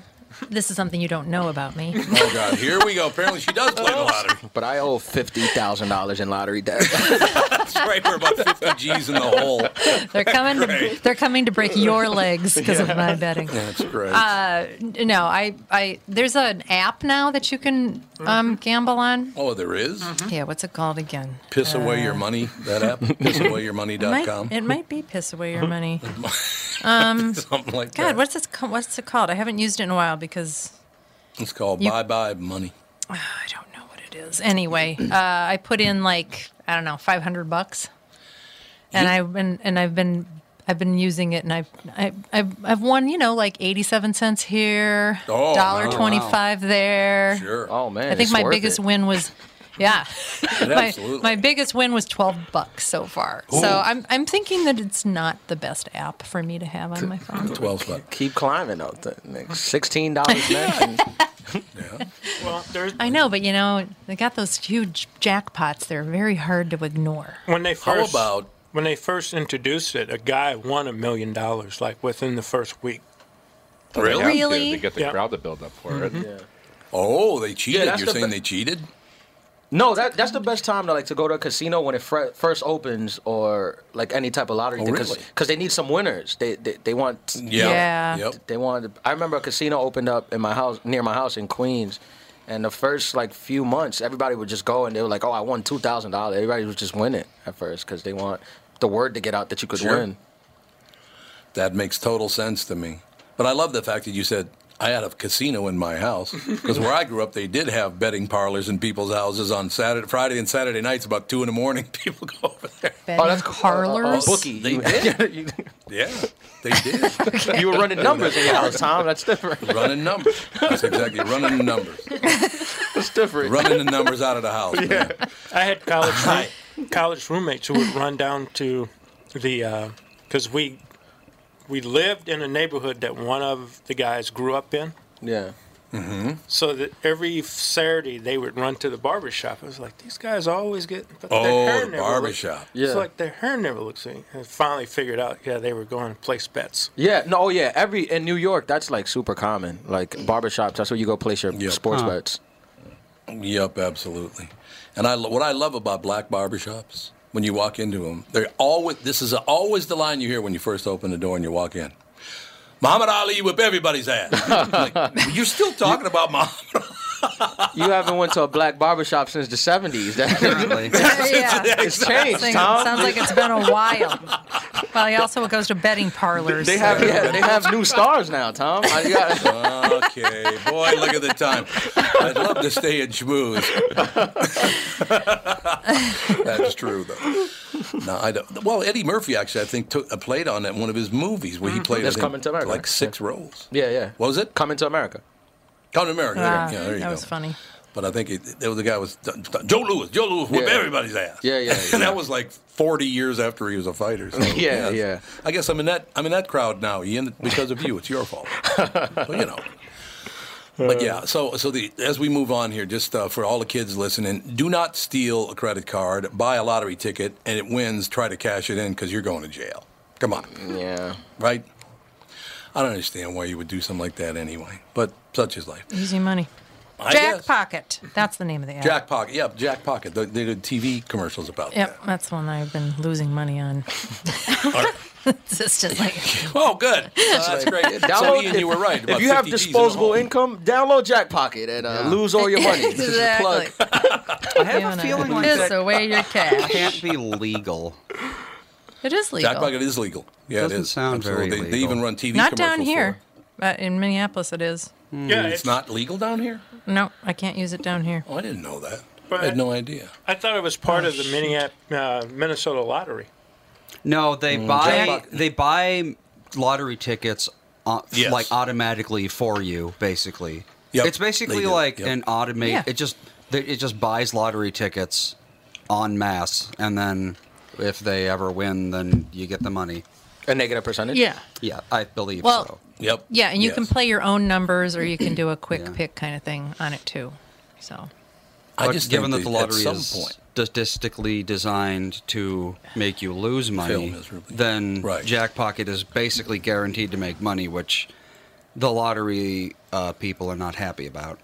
[SPEAKER 2] this is something you don't know about me.
[SPEAKER 1] Oh God, here we go. Apparently, she does play the lottery.
[SPEAKER 3] But I owe fifty thousand dollars in lottery debt.
[SPEAKER 1] That's right. We're about fifty G's in the hole.
[SPEAKER 2] They're coming to
[SPEAKER 1] Great.
[SPEAKER 2] they're coming to break your legs because of my betting.
[SPEAKER 1] That's great.
[SPEAKER 2] Uh, n- no, I, I there's an app now that you can
[SPEAKER 3] Mm-hmm.
[SPEAKER 2] um, gamble on.
[SPEAKER 1] oh, there is?
[SPEAKER 2] Yeah, what's it called again?
[SPEAKER 1] Piss away your money. That app.
[SPEAKER 2] It might,
[SPEAKER 1] Pissawayyourmoney.com.
[SPEAKER 2] it might be piss away your money. Um,
[SPEAKER 1] Something like
[SPEAKER 2] God,
[SPEAKER 1] that.
[SPEAKER 2] what's this? co- What's it called? I haven't used it in a while because
[SPEAKER 1] It's called
[SPEAKER 2] you-
[SPEAKER 1] Bye Bye Money.
[SPEAKER 2] it is anyway. Uh, I put in like I don't know, five hundred bucks, and I've been and I've been I've been using it, and I've I, I've I've won you know like eighty seven cents here,
[SPEAKER 3] Oh,
[SPEAKER 2] dollar
[SPEAKER 3] wow.
[SPEAKER 2] twenty five there.
[SPEAKER 3] Sure. Oh man.
[SPEAKER 2] I think
[SPEAKER 3] it's
[SPEAKER 2] my
[SPEAKER 3] worth
[SPEAKER 2] biggest
[SPEAKER 3] it.
[SPEAKER 2] win was, yeah,
[SPEAKER 3] It
[SPEAKER 2] my,
[SPEAKER 3] absolutely-
[SPEAKER 2] my biggest win was twelve bucks so far.
[SPEAKER 3] Ooh.
[SPEAKER 2] So I'm I'm thinking that it's not the best app for me to have on my phone.
[SPEAKER 1] Twelve bucks.
[SPEAKER 3] Keep climbing up. The next sixteen dollars man.
[SPEAKER 2] I know, but you know they got those huge jackpots. They're very hard to ignore.
[SPEAKER 9] When they
[SPEAKER 2] How
[SPEAKER 9] first,
[SPEAKER 2] about-
[SPEAKER 9] when they first introduced it, a guy won a million dollars like within the first week.
[SPEAKER 12] They have to,
[SPEAKER 9] Really?
[SPEAKER 12] To get the
[SPEAKER 9] Yeah.
[SPEAKER 12] crowd to build up for
[SPEAKER 9] Mhm.
[SPEAKER 12] it.
[SPEAKER 1] Oh, they cheated.
[SPEAKER 3] Mm-hmm. that's
[SPEAKER 1] You're
[SPEAKER 3] the
[SPEAKER 1] saying
[SPEAKER 3] be-
[SPEAKER 1] they cheated?
[SPEAKER 3] No, that that's the best time to like to go to a casino when it fr- first opens or like any type of lottery
[SPEAKER 1] Oh,
[SPEAKER 3] because
[SPEAKER 1] really?
[SPEAKER 3] they need some winners. They they, they want
[SPEAKER 1] Yeah. Yeah. Yep.
[SPEAKER 3] They wanted. I remember a casino opened up in my house near my house in Queens, and the first like few months, everybody would just go and they were like, "Oh, I won two thousand dollars." Everybody was just winning at first because they want the word to get out that you could
[SPEAKER 1] Sure.
[SPEAKER 3] win.
[SPEAKER 1] That makes total sense to me. But I love the fact that you said I had a casino in my house because where I grew up, they did have betting parlors in people's houses on Saturday, Friday, and Saturday nights about two in the morning. People go over there.
[SPEAKER 2] Oh, that's parlors.
[SPEAKER 3] bookie.
[SPEAKER 1] They did. yeah, they did.
[SPEAKER 3] You were running numbers in your house, Tom. That's different.
[SPEAKER 1] Running numbers. That's exactly running the numbers.
[SPEAKER 3] That's different.
[SPEAKER 1] Running the numbers out of the house. man.
[SPEAKER 9] I had college room, college roommates who would run down to the because we we lived in a neighborhood that one of the guys grew up in.
[SPEAKER 3] Yeah.
[SPEAKER 1] Mm-hmm.
[SPEAKER 9] So that every Saturday they would run to the barber shop. I was like, these guys always get but
[SPEAKER 1] Oh,
[SPEAKER 9] their hair
[SPEAKER 1] the
[SPEAKER 9] never
[SPEAKER 1] barber
[SPEAKER 9] looks-
[SPEAKER 1] shop.
[SPEAKER 3] Yeah.
[SPEAKER 9] It's like their hair never looks. any- I finally figured out. Yeah, they were going to place bets.
[SPEAKER 3] Yeah, no, oh, yeah. Every in New York, that's like super common. Like barbershops, that's where you go place your sports
[SPEAKER 1] Huh.
[SPEAKER 3] bets.
[SPEAKER 1] Yep, absolutely. And I lo- what I love about black barbershops when you walk into them, they're always this is always the line you hear when you first open the door and you walk in. Muhammad Ali whip everybody's ass. Like, you're still talking about Muhammad.
[SPEAKER 3] You haven't went to a black barbershop since the seventies. Apparently,
[SPEAKER 2] yeah.
[SPEAKER 3] it's changed,
[SPEAKER 2] Sounds-
[SPEAKER 3] Tom.
[SPEAKER 2] Sounds like it's been a while. Well, he also goes to betting parlors.
[SPEAKER 3] They have
[SPEAKER 2] so-
[SPEAKER 3] yeah, they have new stars now, Tom. I, you got-
[SPEAKER 1] okay, boy, look at the time. I'd love to stay in schmooze. That's true, though. No, I don't. Well, Eddie Murphy actually, I think, took, uh, played on that in one of his movies where he played I
[SPEAKER 3] Mm-hmm. That's
[SPEAKER 1] think,
[SPEAKER 3] Coming to America.
[SPEAKER 1] like six roles.
[SPEAKER 3] yeah, yeah.
[SPEAKER 1] What was it?
[SPEAKER 3] Coming to America.
[SPEAKER 1] Coming to America.
[SPEAKER 2] Ah,
[SPEAKER 1] yeah, there you
[SPEAKER 2] that
[SPEAKER 1] go.
[SPEAKER 2] was funny.
[SPEAKER 1] But I think it, there was the guy was Joe Lewis. Joe Lewis whipped
[SPEAKER 3] Yeah.
[SPEAKER 1] everybody's ass.
[SPEAKER 3] Yeah, yeah,
[SPEAKER 1] and that was like 40 years after he was a fighter. So,
[SPEAKER 3] Yeah, yeah.
[SPEAKER 1] I guess I'm in that I'm in that crowd now, Ian, because of you. It's your fault. but you know. But yeah, so so the as we move on here, just uh, for all the kids listening, do not steal a credit card, buy a lottery ticket, and it wins. Try to cash it in because you're going to jail. Come on.
[SPEAKER 3] Yeah.
[SPEAKER 1] Right. I don't understand why you would do something like that anyway. But such is life.
[SPEAKER 2] Easy money.
[SPEAKER 1] I
[SPEAKER 2] Jack
[SPEAKER 1] guess.
[SPEAKER 2] Pocket. That's the name of the ad.
[SPEAKER 1] Jack Pocket. Yeah, Jack Pocket. They they did TV commercials about that.
[SPEAKER 2] Yep, that's one I've been losing money on. it's just like
[SPEAKER 1] Oh, good. that's great. So, Ian, you were right.
[SPEAKER 3] If
[SPEAKER 1] about
[SPEAKER 3] you have
[SPEAKER 1] 50 Gs in the
[SPEAKER 3] disposable income, download Jack Pocket and uh,
[SPEAKER 1] Yeah.
[SPEAKER 3] lose all your money. This is a plug.
[SPEAKER 2] exactly. I have a
[SPEAKER 6] feeling like
[SPEAKER 2] piss
[SPEAKER 6] that-
[SPEAKER 2] away your cash.
[SPEAKER 6] Can't be legal.
[SPEAKER 2] It is legal.
[SPEAKER 1] Jack Pocket is legal. Yeah,
[SPEAKER 6] Doesn't
[SPEAKER 1] it is.
[SPEAKER 6] sound very
[SPEAKER 1] Absolutely. They, they
[SPEAKER 6] legal.
[SPEAKER 1] even run TV
[SPEAKER 2] not
[SPEAKER 1] commercials
[SPEAKER 2] down here, but in Minneapolis it is.
[SPEAKER 1] for it. it's, not legal down here?
[SPEAKER 2] No, I can't use it down here.
[SPEAKER 1] Oh, I didn't know that.
[SPEAKER 9] But-
[SPEAKER 1] I had no idea.
[SPEAKER 9] I thought it was part of the Minneap- uh, Minnesota lottery.
[SPEAKER 6] No, they
[SPEAKER 9] Mm.
[SPEAKER 6] buy
[SPEAKER 9] Jackpot.
[SPEAKER 6] they buy lottery tickets uh, f-
[SPEAKER 9] Yes.
[SPEAKER 6] like automatically for you, basically.
[SPEAKER 1] Yep,
[SPEAKER 6] It's
[SPEAKER 1] they
[SPEAKER 6] basically
[SPEAKER 1] do,
[SPEAKER 6] like
[SPEAKER 1] yep.
[SPEAKER 6] an automate.
[SPEAKER 1] Yeah.
[SPEAKER 6] It just they- it just buys lottery tickets en masse, and then if they ever win, then you get the money.
[SPEAKER 3] And they get a percentage.
[SPEAKER 2] Yeah.
[SPEAKER 6] Yeah, I believe
[SPEAKER 2] Well-
[SPEAKER 6] so.
[SPEAKER 1] Yep.
[SPEAKER 2] Yeah, and you can play your own numbers, or you can do a quick pick kind of thing on it too. So
[SPEAKER 6] But given that
[SPEAKER 1] think
[SPEAKER 6] the
[SPEAKER 1] that at
[SPEAKER 6] lottery
[SPEAKER 1] some
[SPEAKER 6] is
[SPEAKER 1] point-
[SPEAKER 6] statistically designed to make you lose money,
[SPEAKER 1] miserably.
[SPEAKER 6] then Jackpocket is basically guaranteed to make money, which the lottery uh, people are not happy about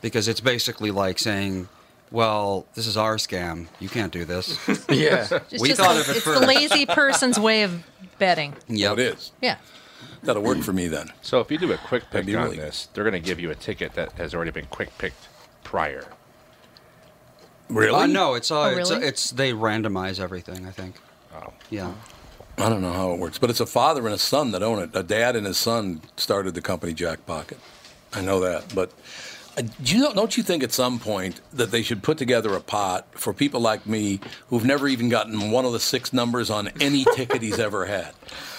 [SPEAKER 6] because it's basically like saying. Well, this is our scam. You can't do this.
[SPEAKER 3] Yeah.
[SPEAKER 2] It's
[SPEAKER 6] we
[SPEAKER 2] just
[SPEAKER 6] thought
[SPEAKER 2] the-
[SPEAKER 6] of it
[SPEAKER 2] it's
[SPEAKER 6] first.
[SPEAKER 2] the lazy person's way of betting.
[SPEAKER 6] Yeah,
[SPEAKER 1] it is.
[SPEAKER 2] Yeah.
[SPEAKER 1] That'll work for me then.
[SPEAKER 12] So if you do a quick
[SPEAKER 1] That'd
[SPEAKER 12] pick
[SPEAKER 1] be
[SPEAKER 12] on
[SPEAKER 1] really-
[SPEAKER 12] this, they're going to give you a ticket that has already been quick picked prior.
[SPEAKER 6] Uh, no, it's, uh,
[SPEAKER 12] Oh,
[SPEAKER 6] it's
[SPEAKER 12] really?
[SPEAKER 6] it's they randomize everything. I think.
[SPEAKER 12] Oh.
[SPEAKER 6] Yeah.
[SPEAKER 1] I don't know how it works, but it's a father and a son that own it. A dad and his son started the company Jack Pocket. I know that, but uh, do you know, don't you think at some point that they should put together a pot for people like me who've never even gotten one of the six numbers on any ticket he's ever had?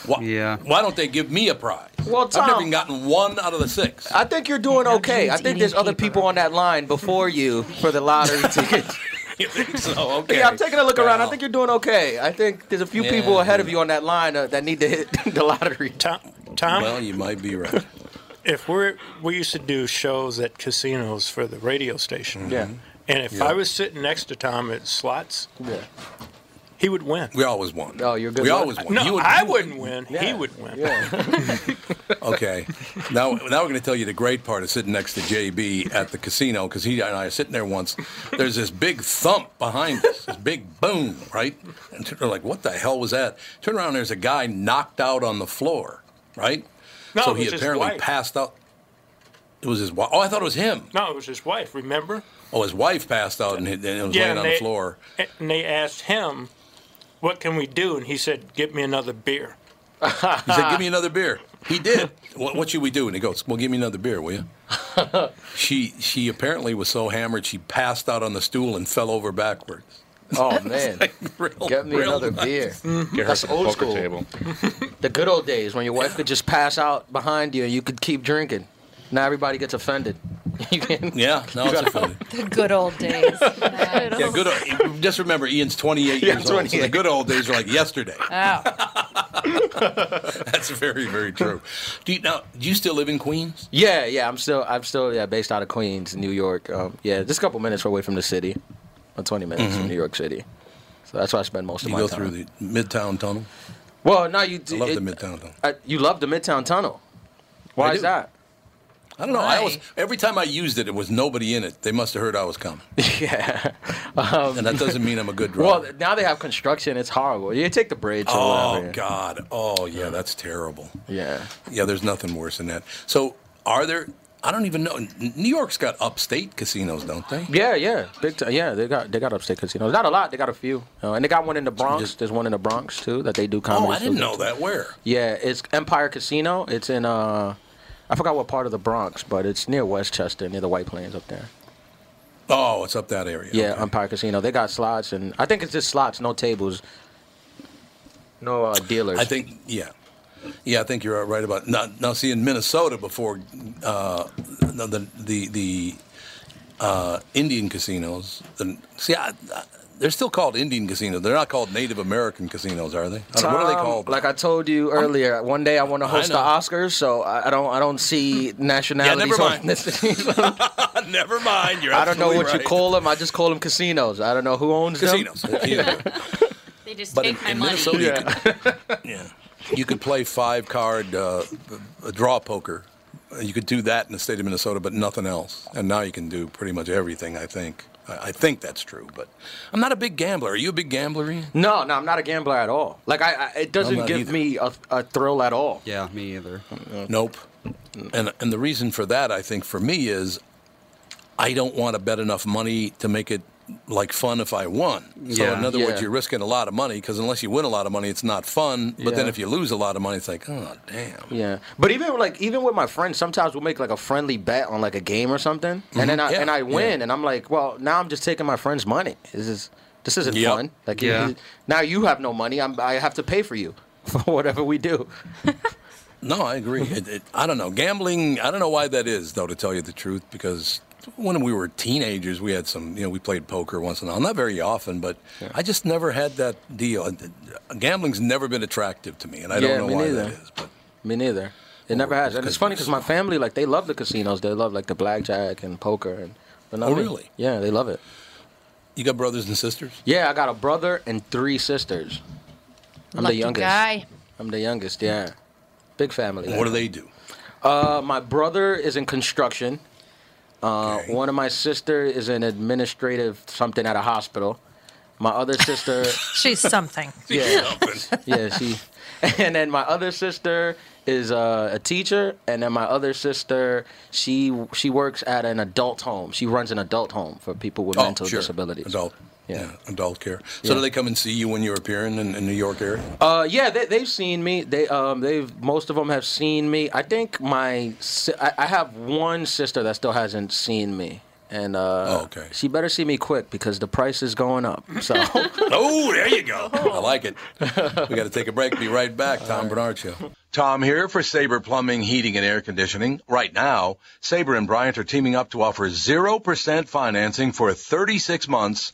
[SPEAKER 1] Why, yeah. Why don't they give me a prize?
[SPEAKER 3] Well,
[SPEAKER 1] I've never
[SPEAKER 3] Tom-
[SPEAKER 1] even gotten one out of the six.
[SPEAKER 3] I think you're doing okay. I think there's other people on that line before you for the lottery ticket.
[SPEAKER 1] You think so? Okay.
[SPEAKER 3] Yeah, I'm taking a look around. I
[SPEAKER 1] Wow.
[SPEAKER 3] think you're doing okay. I think there's a few
[SPEAKER 1] Yeah,
[SPEAKER 3] people ahead of you on that line uh, that need to hit the lottery.
[SPEAKER 9] Tom, Tom?
[SPEAKER 1] Well, you might be right.
[SPEAKER 9] If we're we used to do shows at casinos for the radio station.
[SPEAKER 1] Yeah.
[SPEAKER 9] And if
[SPEAKER 1] Yeah.
[SPEAKER 9] I was sitting next to Tom at slots,
[SPEAKER 3] yeah.
[SPEAKER 9] he would win.
[SPEAKER 1] We always won.
[SPEAKER 3] Oh, you're
[SPEAKER 1] good We luck. always won.
[SPEAKER 9] No,
[SPEAKER 1] You would-
[SPEAKER 9] I
[SPEAKER 1] you-
[SPEAKER 9] wouldn't win. He would win.
[SPEAKER 1] Okay. Now, now we're going to tell you the great part of sitting next to JB at the casino because he and I are sitting there once. There's this big thump behind us, this big boom, right? And they're like, what the hell was that? Turn around, there's a guy knocked out on the floor, right?
[SPEAKER 9] No,
[SPEAKER 1] so
[SPEAKER 9] it
[SPEAKER 1] he
[SPEAKER 9] was his
[SPEAKER 1] apparently
[SPEAKER 9] wife.
[SPEAKER 1] passed out. It was his wife. Oh, I thought it was him.
[SPEAKER 9] No, it was his wife. Remember?
[SPEAKER 1] Oh, his wife passed out and, he- and it was laying
[SPEAKER 9] and
[SPEAKER 1] on
[SPEAKER 9] they,
[SPEAKER 1] the floor.
[SPEAKER 9] And they asked him, "What can we do?" And he said, "Get me another beer."
[SPEAKER 1] He said, "Give me another beer." He did. what, what should we do? And he goes, "Well, give me another beer, will you?" she she apparently was so hammered she passed out on the stool and fell over backwards.
[SPEAKER 3] Oh man, get me
[SPEAKER 1] real
[SPEAKER 3] another
[SPEAKER 1] nice. Mm-hmm.
[SPEAKER 3] beer.
[SPEAKER 1] Get her
[SPEAKER 3] That's
[SPEAKER 1] some
[SPEAKER 3] old
[SPEAKER 1] poker
[SPEAKER 3] school.
[SPEAKER 1] table.
[SPEAKER 3] the good old days when your wife could just pass out behind you and you could keep drinking. Now everybody gets offended. you can.
[SPEAKER 1] Yeah, no,
[SPEAKER 3] You
[SPEAKER 1] it's
[SPEAKER 3] gotta-
[SPEAKER 1] offended.
[SPEAKER 2] The good old days.
[SPEAKER 1] Yeah, good. Old, just remember, Ian's 28
[SPEAKER 3] Yeah,
[SPEAKER 1] years old. So the
[SPEAKER 3] 28.
[SPEAKER 1] good old days are like yesterday.
[SPEAKER 2] Ow.
[SPEAKER 1] That's very, very true. Do you now? Do you still live in Queens?
[SPEAKER 3] Yeah, yeah. I'm still, I'm still, yeah, based out of Queens, New York. Um, yeah, just a couple minutes away from the city, About 20 minutes from
[SPEAKER 1] Mhm.
[SPEAKER 3] New York City. So that's where I spend most of
[SPEAKER 1] You
[SPEAKER 3] my
[SPEAKER 1] go
[SPEAKER 3] time.
[SPEAKER 1] through the Midtown Tunnel.
[SPEAKER 3] Well, no, you.
[SPEAKER 1] I love the Midtown Tunnel.
[SPEAKER 3] I, you love the Midtown Tunnel. Why
[SPEAKER 1] I
[SPEAKER 3] is
[SPEAKER 1] do.
[SPEAKER 3] that?
[SPEAKER 1] I don't know. I always every time I used it, it was nobody in it. They must have heard I was coming.
[SPEAKER 3] yeah,
[SPEAKER 1] and that doesn't mean I'm a good driver.
[SPEAKER 3] Well, now they have construction. It's horrible. You take the bridge. Or
[SPEAKER 1] Oh
[SPEAKER 3] whatever.
[SPEAKER 1] God! Oh yeah, that's terrible.
[SPEAKER 3] Yeah.
[SPEAKER 1] Yeah, there's nothing worse than that. So, are there? I don't even know. N- New York's got upstate casinos, don't they?
[SPEAKER 3] Yeah, yeah, big time. Yeah, they got they got upstate casinos. Not a lot. They got a few, uh, and they got one in the Bronx. There's one in the Bronx too that they do comedy.
[SPEAKER 1] oh, I didn't
[SPEAKER 3] shows.
[SPEAKER 1] know that. Where?
[SPEAKER 3] Yeah, it's Empire Casino. It's in uh, I forgot what part of the Bronx, but it's near Westchester, near the White Plains up there.
[SPEAKER 1] Oh, it's up that area.
[SPEAKER 3] Yeah, Empire Casino. They got slots, and I think it's just slots, no tables, no uh, dealers.
[SPEAKER 1] I think. Yeah. Yeah, I think you're right about now. Now, see, in Minnesota, before uh, no, the the the uh, Indian casinos, the, see, I, I, they're still called Indian casinos. They're not called Native American casinos, are they? I don't- what are they
[SPEAKER 3] Tom,
[SPEAKER 1] called?
[SPEAKER 3] Um, Like I told you earlier, one day I want to
[SPEAKER 1] I
[SPEAKER 3] host the
[SPEAKER 1] know.
[SPEAKER 3] Oscars, so I, I don't I don't see nationalities.
[SPEAKER 1] never
[SPEAKER 3] on
[SPEAKER 1] mind.
[SPEAKER 3] this.
[SPEAKER 1] Never mind. You're
[SPEAKER 3] I don't know
[SPEAKER 1] absolutely
[SPEAKER 3] what
[SPEAKER 1] right.
[SPEAKER 3] you call them. I just call them casinos. I don't know who owns
[SPEAKER 1] casinos.
[SPEAKER 3] them.
[SPEAKER 1] Either.
[SPEAKER 7] They just
[SPEAKER 1] But
[SPEAKER 7] take
[SPEAKER 1] in-
[SPEAKER 7] my
[SPEAKER 1] in
[SPEAKER 7] money.
[SPEAKER 1] Minnesota, you Yeah. you could play five card uh, draw poker. You could do that in the state of Minnesota, but nothing else. And now you can do pretty much everything. I think. I I think that's true, but I'm not a big gambler. Are you a big gambler? Ian?
[SPEAKER 3] No, no, I'm not a gambler at all. Like I, I it doesn't
[SPEAKER 1] not
[SPEAKER 3] give
[SPEAKER 1] either.
[SPEAKER 3] me a, a thrill at all.
[SPEAKER 6] Yeah, me either.
[SPEAKER 1] Nope. And and the reason for that, I think, for me is I don't want to bet enough money to make it like fun if I won. So
[SPEAKER 12] Yeah.
[SPEAKER 1] in other
[SPEAKER 12] Yeah.
[SPEAKER 1] words, you're risking a lot of money because unless you win a lot of money, it's not fun. But then
[SPEAKER 3] Yeah.
[SPEAKER 1] if you lose a lot of money, it's like, oh damn.
[SPEAKER 3] Yeah, but even like even with my friends, sometimes we'll make like a friendly bet on like a game or something, and then
[SPEAKER 1] Mhm.
[SPEAKER 3] I
[SPEAKER 1] Yeah,
[SPEAKER 3] and I win,
[SPEAKER 1] yeah.
[SPEAKER 3] and I'm like, well, now I'm just taking my friend's money. This is this isn't
[SPEAKER 1] Yep.
[SPEAKER 3] fun. Like,
[SPEAKER 1] Yeah.
[SPEAKER 3] you- now you have no money. I'm, I have to pay for you for whatever we do.
[SPEAKER 1] No, I agree.
[SPEAKER 3] Mm-hmm.
[SPEAKER 1] It, it, I don't know. Gambling, I don't know why that is, though, to tell you the truth, because when we were teenagers, we had some, you know, we played poker once in a while. Not very often, but I just never had that deal. And, uh, Gambling's never been attractive to me, and I
[SPEAKER 3] Yeah,
[SPEAKER 1] don't know
[SPEAKER 3] me
[SPEAKER 1] why that
[SPEAKER 3] neither.
[SPEAKER 1] is. But
[SPEAKER 3] Me neither. It never has, and it's funny because my family like they love the casinos. They love like the blackjack and poker and. But not
[SPEAKER 1] Oh,
[SPEAKER 3] me.
[SPEAKER 1] really?
[SPEAKER 3] Yeah, they love it.
[SPEAKER 1] you got brothers and sisters?
[SPEAKER 3] Yeah, I got a brother and three sisters. I'm
[SPEAKER 2] Lucky
[SPEAKER 3] the youngest.
[SPEAKER 2] guy.
[SPEAKER 3] I'm the youngest. Yeah, big family.
[SPEAKER 1] What do they do?
[SPEAKER 3] Uh, my brother is in construction. Uh, One of my sister is in administrative something at a hospital. My other sister,
[SPEAKER 2] She's something.
[SPEAKER 3] yeah, yeah, she. And then my other sister is uh, a teacher, and then my other sister, she she works at an adult home. She runs an adult home for people with
[SPEAKER 1] Oh,
[SPEAKER 3] mental
[SPEAKER 1] sure.
[SPEAKER 3] disabilities.
[SPEAKER 1] Adult. Yeah. adult care. So
[SPEAKER 3] Yeah.
[SPEAKER 1] do they come and see you when you're appearing in, in New York area?
[SPEAKER 3] Uh, yeah, they, they've seen me. They um, they've most of them have seen me. I think my si- I, I have one sister that still hasn't seen me, and uh, okay, she better see me quick because the price is going up. So
[SPEAKER 1] oh, there you go. I like it. We got to take a break. Be right back. Tom Bernard Show. Tom here for Sabre Plumbing, Heating, and Air Conditioning. Right now, Sabre and Bryant are teaming up to offer 0% financing for 36 months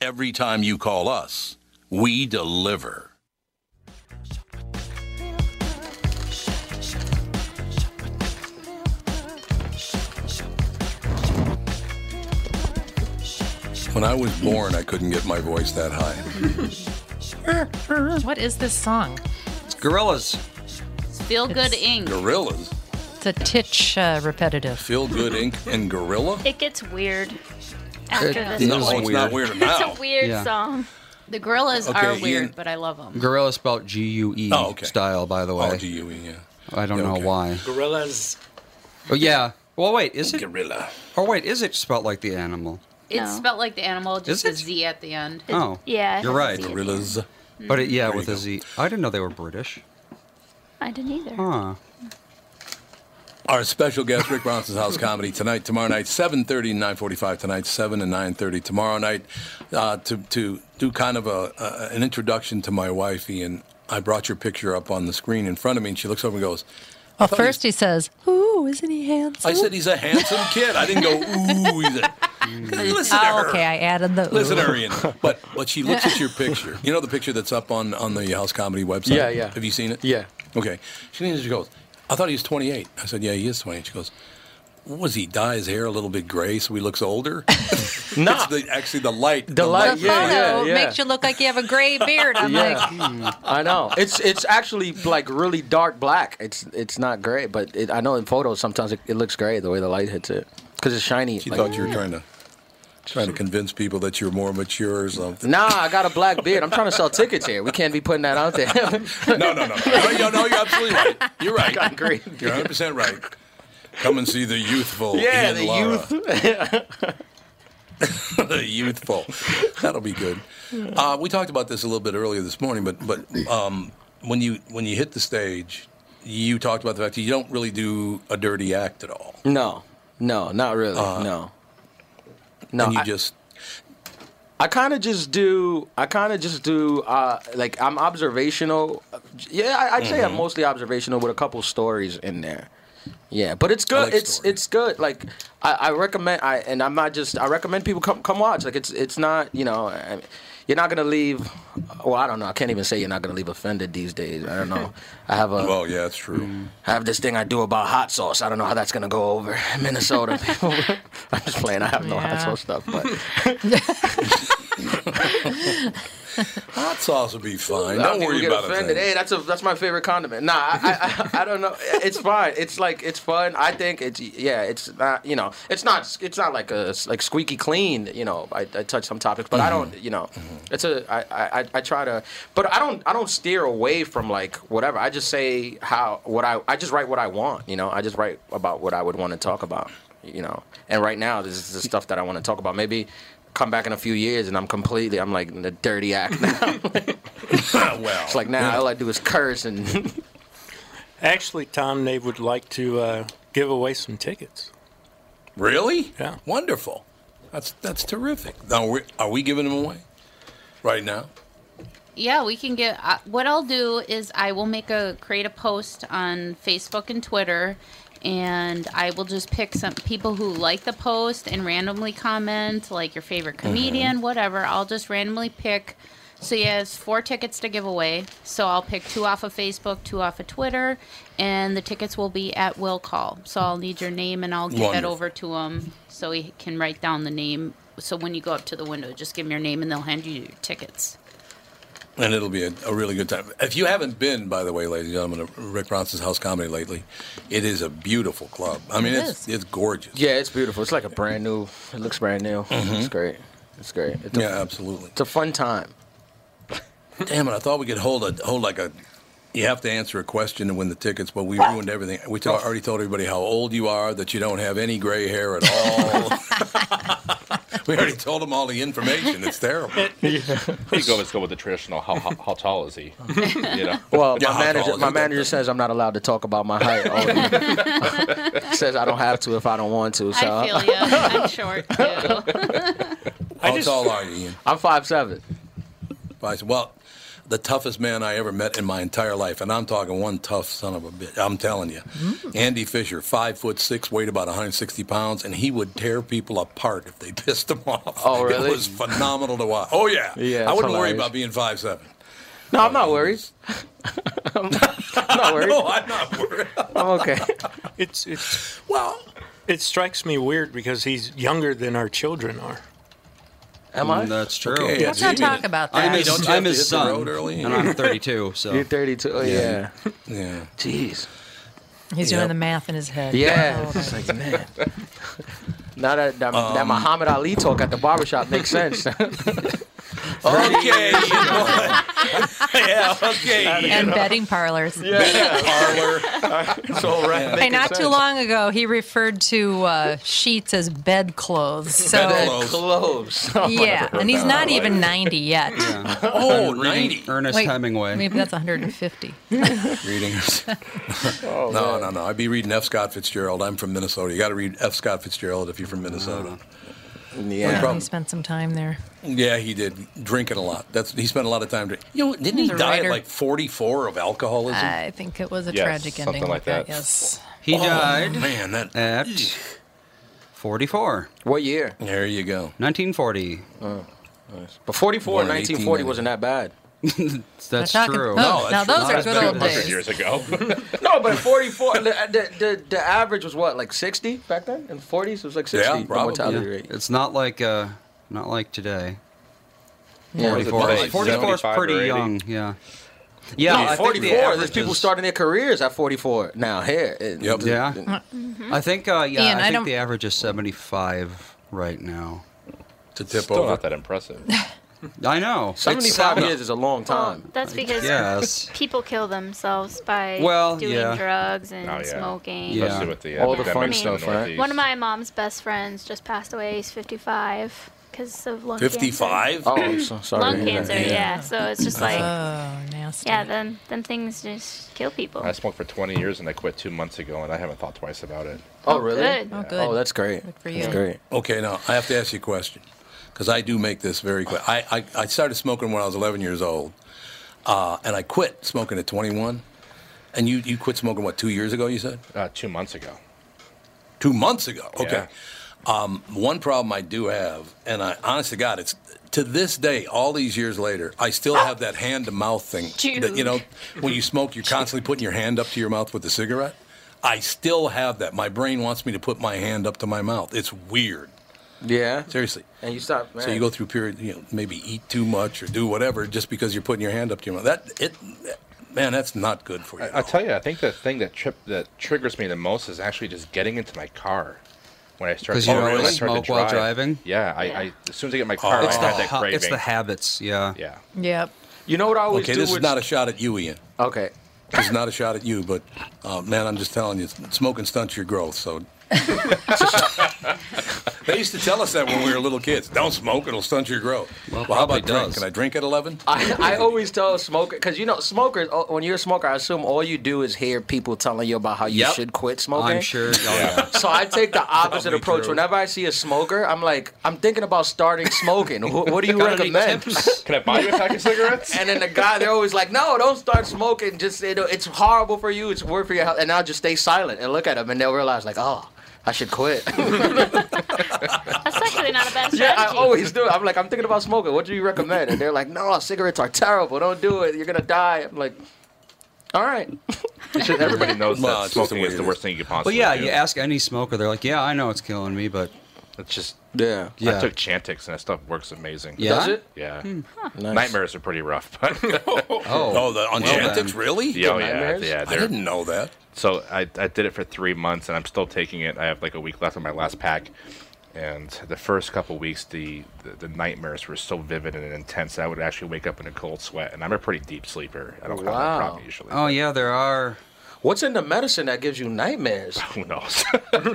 [SPEAKER 1] Every time you call us, we deliver. When I was born, I couldn't get my voice that high.
[SPEAKER 2] what is this song?
[SPEAKER 1] It's gorillas.
[SPEAKER 7] It's feel good ink.
[SPEAKER 1] Gorillas.
[SPEAKER 2] It's a titch uh, repetitive.
[SPEAKER 1] Feel Good Inc. and Gorilla?
[SPEAKER 5] It gets weird after
[SPEAKER 1] It
[SPEAKER 5] this.
[SPEAKER 1] is
[SPEAKER 5] song.
[SPEAKER 1] Oh, it's not weird. weird
[SPEAKER 5] It's a weird
[SPEAKER 6] Yeah.
[SPEAKER 5] song.
[SPEAKER 7] The gorillas
[SPEAKER 6] Okay,
[SPEAKER 7] are
[SPEAKER 6] Ian-
[SPEAKER 7] weird, but I love them.
[SPEAKER 6] Gorilla spelled G U E style, by the way.
[SPEAKER 1] Oh, G U E, yeah.
[SPEAKER 6] I don't know why.
[SPEAKER 9] Gorillas.
[SPEAKER 6] Oh yeah. Well, wait, is it
[SPEAKER 1] gorilla?
[SPEAKER 6] Or wait, is it spelled like the animal?
[SPEAKER 7] It's spelled like the animal, just
[SPEAKER 6] Is
[SPEAKER 7] a Z at the end.
[SPEAKER 6] Oh, you're right.
[SPEAKER 1] Gorillas.
[SPEAKER 6] But it, yeah, with a Z. I didn't know they were British.
[SPEAKER 5] I didn't either.
[SPEAKER 6] Huh.
[SPEAKER 1] Our special guest, Rick Bronson's House Comedy, tonight, tomorrow night, 7.30 and 9.45 tonight, 7 and 9.30 tomorrow night. Uh, to, to do kind of a, a an introduction to my wife, Ian, I brought your picture up on the screen in front of me, and she looks over and goes,
[SPEAKER 2] Well, first he says, "Ooh, isn't he handsome?"
[SPEAKER 1] I said he's a handsome kid. I didn't go, ooh, he's a... Listen to
[SPEAKER 2] oh,
[SPEAKER 1] her.
[SPEAKER 2] okay, I added the.
[SPEAKER 1] Listen,
[SPEAKER 2] ooh.
[SPEAKER 1] Arian. But but she looks at your picture. You know the picture that's up on on the House Comedy website.
[SPEAKER 3] Yeah, yeah.
[SPEAKER 1] Have you seen it?
[SPEAKER 3] Yeah.
[SPEAKER 1] Okay. She leans. and She goes. I thought he was 28. I said, Yeah, he is 28. She goes. what was he dye his hair a little bit gray so he looks older? no, actually the light.
[SPEAKER 3] The light,
[SPEAKER 2] the
[SPEAKER 3] yeah, yeah,
[SPEAKER 2] photo
[SPEAKER 3] yeah.
[SPEAKER 2] makes you look like you have a gray beard. I'm like,
[SPEAKER 3] I know. It's it's actually like really dark black. It's it's not gray, but it, I know in photos sometimes it, it looks gray the way the light hits it because it's shiny.
[SPEAKER 1] She
[SPEAKER 3] like-
[SPEAKER 1] thought you were trying to trying to convince people that you're more mature or something.
[SPEAKER 3] Nah, I got a black beard. I'm trying to sell tickets here. We can't be putting that out there.
[SPEAKER 1] no, no, no, no. No, no, you're absolutely right. You're right.
[SPEAKER 3] Got great.
[SPEAKER 1] You're 100 percent right. Come and see the youthful.
[SPEAKER 3] Yeah,
[SPEAKER 1] Ian
[SPEAKER 3] the
[SPEAKER 1] Lara. the youthful. That'll be good. Uh, we talked about this a little bit earlier this morning, but but um, when you when you hit the stage, you talked about the fact that you don't really do a dirty act at all.
[SPEAKER 3] No, no, not really. no, no.
[SPEAKER 1] Uh, and you
[SPEAKER 3] I-
[SPEAKER 1] just
[SPEAKER 3] I kind of just do. I kind of just do. Uh, like I'm observational. Yeah, I, I'd say I'm
[SPEAKER 1] Mm-hmm.
[SPEAKER 13] Mhm.
[SPEAKER 3] mostly observational with a couple stories in there. Yeah, but it's good.
[SPEAKER 13] like
[SPEAKER 3] it's it's good. Like I, I recommend. I and I'm not just. I recommend people come come watch. Like it's it's not. You know, I, you're not gonna leave. Well, I don't know. I can't even say you're not gonna leave offended these days. I don't know. I have a.
[SPEAKER 1] Well, yeah, that's true.
[SPEAKER 3] I have this thing I do about hot sauce. I don't know how that's gonna go over in Minnesota. people. I'm just playing. I have no hot
[SPEAKER 1] Yeah.
[SPEAKER 3] sauce stuff, but.
[SPEAKER 1] hot sauce would be fine.
[SPEAKER 3] I
[SPEAKER 1] Don't
[SPEAKER 3] think we
[SPEAKER 1] worry
[SPEAKER 3] get
[SPEAKER 1] about
[SPEAKER 3] offended.
[SPEAKER 1] it.
[SPEAKER 3] Hey, that's a that's my favorite condiment. Nah, I, I, I I don't know. It's fine. It's like it's fun. I think it's yeah. It's not you know. It's not it's not like a like squeaky clean. You know, I, I touch some topics, but I don't. You know, it's a I, I I- I try to, but I don't I don't steer away from like whatever. I just say how what I I just write what I want. You know, I just write about what I would want to talk about. You know, and right now this is the stuff that I want to talk about. Maybe. Come back in a few years, and I'm completely. I'm like the dirty act now.
[SPEAKER 1] well,
[SPEAKER 3] It's like now all I do is curse and
[SPEAKER 9] Actually, Tom, they would like to uh, give away some tickets.
[SPEAKER 1] Really? Yeah. Wonderful. That's that's terrific. Now, we are we giving them away right now?
[SPEAKER 7] Yeah, we can get. Uh, what I'll do is I will make a create a post on Facebook and Twitter, and I will just pick some people who like the post and randomly comment, like your favorite comedian, whatever. I'll just randomly pick. So he has four tickets to give away. So I'll pick two off of Facebook, two off of Twitter, and the tickets will be at will call. So I'll need your name and I'll get that
[SPEAKER 14] Wonderful.
[SPEAKER 7] over to him so he can write down the name. So when you go up to the window, just give him your name and they'll hand you your tickets.
[SPEAKER 1] And it'll be a, a really good time. If you haven't been, by the way, ladies and gentlemen, to Rick Bronson's House Comedy lately, it is a beautiful club. I mean,
[SPEAKER 3] It
[SPEAKER 1] it's it's gorgeous.
[SPEAKER 3] Yeah, it's beautiful. It's like a brand new. It looks brand new.
[SPEAKER 9] Mm-hmm.
[SPEAKER 3] It's great. It's great. It's a,
[SPEAKER 1] yeah, absolutely.
[SPEAKER 3] It's a fun time.
[SPEAKER 1] Damn it! I thought we could hold a hold like a. You have to answer a question to win the tickets, but we ruined everything. We t- already told everybody how old you are, that you don't have any gray hair at all. we already told them all the information. It's terrible.
[SPEAKER 12] You go, let's go with the traditional. How, how, how tall is he? You know?
[SPEAKER 3] Well,
[SPEAKER 12] Yeah,
[SPEAKER 3] my
[SPEAKER 12] how tall
[SPEAKER 3] manager,
[SPEAKER 12] is
[SPEAKER 3] my
[SPEAKER 12] he?
[SPEAKER 3] manager says I'm not allowed to talk about my height. all the- says I don't have to if I don't want to. So
[SPEAKER 7] I feel you. I'm short too.
[SPEAKER 1] How tall are you, Ian?
[SPEAKER 3] I'm five seven.
[SPEAKER 1] Five seven. Well, the toughest man I ever met in my entire life, and I'm talking one tough son of a bitch. I'm telling you,
[SPEAKER 3] Mm.
[SPEAKER 1] Andy Fisher, five foot six, weighed about 160 pounds, and he would tear people apart if they pissed him off.
[SPEAKER 3] Oh, really?
[SPEAKER 1] It was phenomenal to watch. Oh yeah,
[SPEAKER 3] Yeah,
[SPEAKER 1] I
[SPEAKER 3] it's
[SPEAKER 1] wouldn't worry
[SPEAKER 3] hilarious.
[SPEAKER 1] about being five seven.
[SPEAKER 3] no, I'm not worried. I'm not worried.
[SPEAKER 1] no, I'm not worried.
[SPEAKER 3] I'm okay.
[SPEAKER 9] It's it's
[SPEAKER 1] well,
[SPEAKER 9] it strikes me weird because he's younger than our children are.
[SPEAKER 3] Am I?
[SPEAKER 6] Mm, That's true.
[SPEAKER 9] Okay,
[SPEAKER 2] Let's not talk about that.
[SPEAKER 6] I'm his,
[SPEAKER 9] Don't you have
[SPEAKER 6] I'm
[SPEAKER 9] to
[SPEAKER 6] his
[SPEAKER 9] hit the
[SPEAKER 6] son,
[SPEAKER 9] road early?
[SPEAKER 6] and I'm 32. So
[SPEAKER 3] You're 32. Oh, yeah.
[SPEAKER 1] Yeah.
[SPEAKER 3] Jeez.
[SPEAKER 2] He's
[SPEAKER 3] Yep.
[SPEAKER 2] doing the math in his head.
[SPEAKER 3] Yeah.
[SPEAKER 2] Oh,
[SPEAKER 3] It's like man. Now that that,
[SPEAKER 9] Um,
[SPEAKER 3] that Muhammad Ali talk at the barbershop makes sense.
[SPEAKER 1] Okay. yeah. Okay.
[SPEAKER 2] and betting parlors.
[SPEAKER 1] Parlor. It's all right.
[SPEAKER 2] Hey, not too long ago, he referred to uh, sheets as bedclothes. So,
[SPEAKER 3] clothes.
[SPEAKER 2] yeah, and he's not even 90 yet.
[SPEAKER 1] Oh,
[SPEAKER 6] I'm reading Ernest
[SPEAKER 2] Wait,
[SPEAKER 6] Hemingway.
[SPEAKER 2] Maybe that's 150.
[SPEAKER 1] readings.
[SPEAKER 3] Oh,
[SPEAKER 1] no, no, no. I'd be reading F. Scott Fitzgerald. I'm from Minnesota. You got to read F. Scott Fitzgerald if you're from Minnesota.
[SPEAKER 3] Uh,
[SPEAKER 1] No
[SPEAKER 2] He
[SPEAKER 1] problem.
[SPEAKER 2] spent some time there.
[SPEAKER 1] Yeah, he did drinking a lot. That's he spent a lot of time drinking. You know, didn't he
[SPEAKER 2] He's a
[SPEAKER 1] die
[SPEAKER 2] writer.
[SPEAKER 1] at like 44 of alcoholism?
[SPEAKER 2] I think it was a
[SPEAKER 1] Yes,
[SPEAKER 2] tragic ending.
[SPEAKER 1] something like that.
[SPEAKER 2] Yes.
[SPEAKER 6] He died.
[SPEAKER 1] Man, that
[SPEAKER 6] at 44.
[SPEAKER 3] What year?
[SPEAKER 1] There you go.
[SPEAKER 6] 1940.
[SPEAKER 3] But 44 in 1940 wasn't that bad.
[SPEAKER 6] That's
[SPEAKER 3] We're talking-
[SPEAKER 6] true.
[SPEAKER 3] oh, No, now that's those true. are good old
[SPEAKER 12] 200
[SPEAKER 3] days.
[SPEAKER 12] years ago.
[SPEAKER 3] No, but at 44, the, the, the, the average was what, like 60 back then? In the 40s, it was like 60 the mortality rate.
[SPEAKER 6] It's not like uh, not like today.
[SPEAKER 3] Yeah, it was
[SPEAKER 6] 44
[SPEAKER 3] about
[SPEAKER 6] 44 is
[SPEAKER 3] 75 or
[SPEAKER 6] pretty
[SPEAKER 3] 80.
[SPEAKER 6] young, yeah. Yeah, I
[SPEAKER 3] no, 44.
[SPEAKER 6] think the
[SPEAKER 3] There's
[SPEAKER 6] average
[SPEAKER 3] people
[SPEAKER 6] is-
[SPEAKER 3] starting their careers at 44 now here. Yep.
[SPEAKER 6] Yeah. I think uh, yeah,
[SPEAKER 3] Mm-hmm. Ian, I
[SPEAKER 6] I think
[SPEAKER 3] don't-
[SPEAKER 6] the average is 75 right now.
[SPEAKER 12] To tip Still over. not that impressive.
[SPEAKER 6] I know. It's
[SPEAKER 3] 75
[SPEAKER 6] sound-
[SPEAKER 3] years is a long time.
[SPEAKER 5] That's because
[SPEAKER 6] guess.
[SPEAKER 5] people kill themselves by
[SPEAKER 6] Well,
[SPEAKER 5] doing
[SPEAKER 6] yeah.
[SPEAKER 5] drugs and
[SPEAKER 6] Oh, yeah.
[SPEAKER 5] smoking.
[SPEAKER 6] Yeah. Especially with the All the fun epidemic in the stuff, right? Northeast.
[SPEAKER 5] One of my mom's best friends just passed away. He's 55 because of lung cancer.
[SPEAKER 1] 55?
[SPEAKER 3] Oh, I'm so sorry. to
[SPEAKER 5] Lung
[SPEAKER 3] hear that.
[SPEAKER 5] cancer, yeah. So it's just like,
[SPEAKER 2] oh, nasty.
[SPEAKER 5] Yeah, then then things just kill people.
[SPEAKER 12] I smoked for 20 years and I quit two months ago, and I haven't thought twice about it.
[SPEAKER 5] Oh, really? good. Oh, good.
[SPEAKER 3] that's great.
[SPEAKER 5] for
[SPEAKER 3] That's you. great.
[SPEAKER 1] Okay, now I have to ask you a question because I do make this very quick. I, I, I started smoking when I was 11 years old, uh, and I quit smoking at 21. And you, you quit smoking, what, two years ago, you said?
[SPEAKER 12] Uh, two months ago.
[SPEAKER 1] Two months ago? Okay. Um, one problem I do have, and I, honest to God, it's to this day, all these years later, I still have that hand to mouth thing. That, you know, when you smoke, you're constantly putting your hand up to your mouth with the cigarette. I still have that. My brain wants me to put my hand up to my mouth. It's weird.
[SPEAKER 3] Yeah.
[SPEAKER 1] Seriously.
[SPEAKER 3] And you stop, man.
[SPEAKER 1] So you go through period, you know, maybe eat too much or do whatever just because you're putting your hand up to your mouth. That it, man, that's not good for you.
[SPEAKER 12] I, I tell you, I think the thing that trip that triggers me the most is actually just getting into my car when I start.
[SPEAKER 6] 'Cause you
[SPEAKER 12] when
[SPEAKER 6] always
[SPEAKER 12] I start to
[SPEAKER 6] smoke while
[SPEAKER 12] drive.
[SPEAKER 6] driving?
[SPEAKER 12] Yeah, I, I as soon as I get in my car,
[SPEAKER 6] it's,
[SPEAKER 12] I
[SPEAKER 6] the
[SPEAKER 12] have that
[SPEAKER 6] ha-
[SPEAKER 12] craving.
[SPEAKER 6] it's the habits, yeah.
[SPEAKER 12] Yeah.
[SPEAKER 2] Yep.
[SPEAKER 3] You know what I
[SPEAKER 1] okay, this is not a shot at you, Ian.
[SPEAKER 3] Okay.
[SPEAKER 1] This is not a shot at you, but uh, man, I'm just telling you, smoking stunts your growth. So they used to tell us that when we were little kids. Don't smoke; it'll stunt your growth. Well, how about
[SPEAKER 3] probably
[SPEAKER 1] drink?
[SPEAKER 3] does.
[SPEAKER 1] Can I drink at 11?
[SPEAKER 3] I, I always tell smokers because you know smokers. oh, When you're a smoker, I assume all you do is hear people telling you about how you
[SPEAKER 6] Yep.
[SPEAKER 3] should quit smoking.
[SPEAKER 6] I'm sure. Oh, yeah.
[SPEAKER 3] So I take the opposite
[SPEAKER 6] Probably
[SPEAKER 3] approach.
[SPEAKER 6] true.
[SPEAKER 3] Whenever I see a smoker, I'm like, I'm thinking about starting smoking. Wh- what do you
[SPEAKER 12] Got any
[SPEAKER 3] recommend?
[SPEAKER 12] tips? Can I buy you a pack of cigarettes?
[SPEAKER 3] And then the guy, they're always like, No, don't start smoking. Just it, it's horrible for you. It's worse for your health. And I'll just stay silent and look at them, and they'll realize like, Oh, I should quit.
[SPEAKER 5] That's actually not a bad strategy.
[SPEAKER 3] yeah, I always do. it. I'm like, I'm thinking about smoking. What do you recommend? And they're like, No, cigarettes are terrible. Don't do it. You're gonna die. I'm like, All right.
[SPEAKER 12] It's just- everybody knows
[SPEAKER 6] Well,
[SPEAKER 12] that
[SPEAKER 6] it's just the
[SPEAKER 12] smoking
[SPEAKER 6] way
[SPEAKER 12] is
[SPEAKER 6] it
[SPEAKER 12] the
[SPEAKER 6] is.
[SPEAKER 12] worst thing you could
[SPEAKER 6] But
[SPEAKER 12] possibly.
[SPEAKER 6] yeah,
[SPEAKER 12] do.
[SPEAKER 6] you ask any smoker, they're like, "Yeah, I know it's killing me, but
[SPEAKER 12] It's just
[SPEAKER 3] yeah."
[SPEAKER 12] I
[SPEAKER 6] Yeah.
[SPEAKER 12] took Chantix and that stuff works amazing.
[SPEAKER 6] Yeah? Does it?
[SPEAKER 12] Yeah.
[SPEAKER 6] Hmm.
[SPEAKER 1] Nice.
[SPEAKER 12] Nightmares are pretty rough, but oh,
[SPEAKER 1] Oh, the on Chantix, really?
[SPEAKER 12] Yeah, oh,
[SPEAKER 1] The
[SPEAKER 12] yeah,
[SPEAKER 1] nightmares?
[SPEAKER 12] yeah.
[SPEAKER 1] I didn't know that.
[SPEAKER 12] So I, I did it for three months, and I'm still taking it. I have like a week left on my last pack, and the first couple weeks, the, the the nightmares were so vivid and intense. I would actually wake up in a cold sweat, and I'm a pretty deep sleeper. I don't have that
[SPEAKER 3] Wow.
[SPEAKER 12] problem usually.
[SPEAKER 6] Oh yeah, there are.
[SPEAKER 3] What's in the medicine that gives you nightmares?
[SPEAKER 12] Who knows?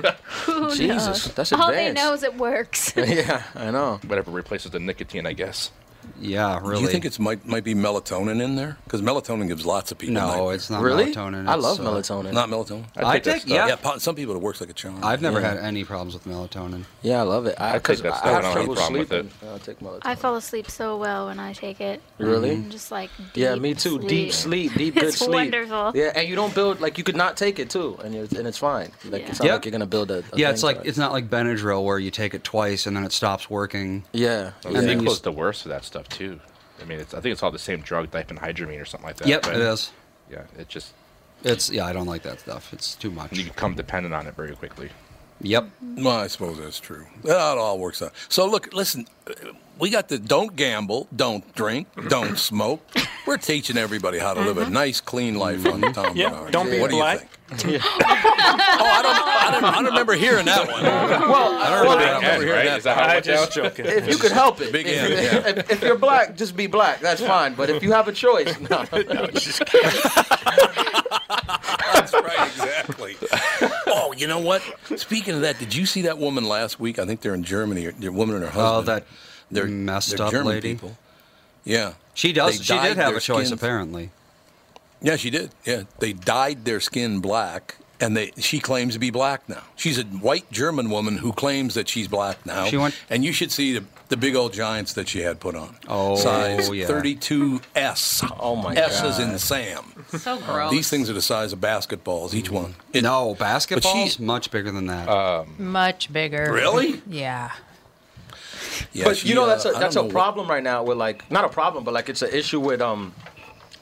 [SPEAKER 5] Who
[SPEAKER 3] Jesus,
[SPEAKER 5] knows?
[SPEAKER 3] that's
[SPEAKER 5] Oh, All they
[SPEAKER 3] advanced.
[SPEAKER 5] know is it works.
[SPEAKER 3] yeah, I know.
[SPEAKER 12] Whatever replaces the nicotine, I guess.
[SPEAKER 6] Yeah,
[SPEAKER 1] Do you
[SPEAKER 6] really.
[SPEAKER 1] think it's might might be melatonin in there? Because melatonin gives lots of people.
[SPEAKER 6] No,
[SPEAKER 1] nightmares.
[SPEAKER 6] it's not Really? melatonin, I it's, love uh, melatonin.
[SPEAKER 1] Not melatonin.
[SPEAKER 6] I I take that take- stuff. yeah.
[SPEAKER 1] po- Some people it works like a charm.
[SPEAKER 6] I've never had any problems with melatonin.
[SPEAKER 3] Yeah, I love it.
[SPEAKER 1] I take
[SPEAKER 3] because
[SPEAKER 1] that
[SPEAKER 3] I,
[SPEAKER 1] stuff
[SPEAKER 3] have
[SPEAKER 1] and I don't have
[SPEAKER 3] trouble
[SPEAKER 1] a problem with
[SPEAKER 3] sleeping. I take melatonin.
[SPEAKER 5] I fall asleep so well when I take it.
[SPEAKER 3] Really?
[SPEAKER 5] I'm just like
[SPEAKER 3] yeah,
[SPEAKER 5] deep
[SPEAKER 3] me too. Deep sleep, deep good
[SPEAKER 5] it's
[SPEAKER 3] sleep.
[SPEAKER 5] wonderful.
[SPEAKER 3] Yeah, and you don't build like you could not take it too, and it's and it's fine. Like it's not
[SPEAKER 6] Yeah.
[SPEAKER 3] like you're gonna build a. a
[SPEAKER 6] yeah, it's
[SPEAKER 3] thing
[SPEAKER 6] like
[SPEAKER 3] to it.
[SPEAKER 6] it's not like Benadryl where you take it twice and then it stops working.
[SPEAKER 3] Yeah,
[SPEAKER 12] And
[SPEAKER 6] then
[SPEAKER 12] they
[SPEAKER 6] you
[SPEAKER 12] close
[SPEAKER 6] s-
[SPEAKER 12] the worst of that stuff too. I mean, it's, I think it's all the same drug, diphenhydramine or something like that.
[SPEAKER 6] Yep,
[SPEAKER 12] but-
[SPEAKER 6] it is.
[SPEAKER 12] Yeah, it just
[SPEAKER 6] It's yeah, I don't like that stuff. It's too much.
[SPEAKER 12] you become dependent on it very quickly.
[SPEAKER 6] Yep.
[SPEAKER 1] Well, I suppose that's true. It all works out. So look, listen, we got the don't gamble, don't drink, don't smoke. We're teaching everybody how to live a nice, clean life on the Tom
[SPEAKER 9] Yeah,
[SPEAKER 1] Bernard.
[SPEAKER 9] don't be
[SPEAKER 1] what
[SPEAKER 9] black.
[SPEAKER 1] Do you think? oh, I don't, I don't, I don't remember hearing that one. Well, I don't remember, I
[SPEAKER 3] well,
[SPEAKER 1] don't
[SPEAKER 3] Big
[SPEAKER 1] remember
[SPEAKER 3] N,
[SPEAKER 1] hearing
[SPEAKER 3] right?
[SPEAKER 1] that.
[SPEAKER 3] Is that how it I worked just- out? If you could help it,
[SPEAKER 1] Big
[SPEAKER 3] if,
[SPEAKER 1] N,
[SPEAKER 3] you-
[SPEAKER 1] yeah.
[SPEAKER 3] if, if you're black, just be black. That's fine. But if you have a choice, no.
[SPEAKER 1] That's right, exactly. oh, you know what? Speaking of that, did you see that woman last week? I think they're in Germany. The woman and her husband.
[SPEAKER 6] Oh, that
[SPEAKER 1] they're
[SPEAKER 6] messed
[SPEAKER 1] they're
[SPEAKER 6] up
[SPEAKER 1] German
[SPEAKER 6] lady.
[SPEAKER 1] people. Yeah,
[SPEAKER 6] She does.
[SPEAKER 1] They
[SPEAKER 6] she
[SPEAKER 1] dyed
[SPEAKER 6] did have
[SPEAKER 1] their
[SPEAKER 6] a choice,
[SPEAKER 1] skin-
[SPEAKER 6] apparently.
[SPEAKER 1] Yeah, she did. Yeah, they dyed their skin black, and they she claims to be black now. She's a white German woman who claims that she's black now.
[SPEAKER 6] She went-
[SPEAKER 1] and you should see the, the big old giants that she had put on.
[SPEAKER 6] Oh,
[SPEAKER 1] size
[SPEAKER 6] yeah.
[SPEAKER 1] 32S. Oh
[SPEAKER 3] my
[SPEAKER 1] S is
[SPEAKER 6] God.
[SPEAKER 1] in Sam.
[SPEAKER 7] So gross.
[SPEAKER 1] Um, These things are the size of basketballs, each one. It-
[SPEAKER 6] no,
[SPEAKER 1] but she-
[SPEAKER 12] Um,
[SPEAKER 6] basketball's much bigger than that.
[SPEAKER 2] Much bigger.
[SPEAKER 1] Really?
[SPEAKER 2] Yeah.
[SPEAKER 1] Yeah,
[SPEAKER 3] but
[SPEAKER 1] she,
[SPEAKER 3] you know
[SPEAKER 1] uh,
[SPEAKER 3] that's
[SPEAKER 1] I
[SPEAKER 3] a
[SPEAKER 1] don't
[SPEAKER 3] that's
[SPEAKER 1] know
[SPEAKER 3] a
[SPEAKER 1] what-
[SPEAKER 3] problem right now with like not a problem, but like it's an issue with um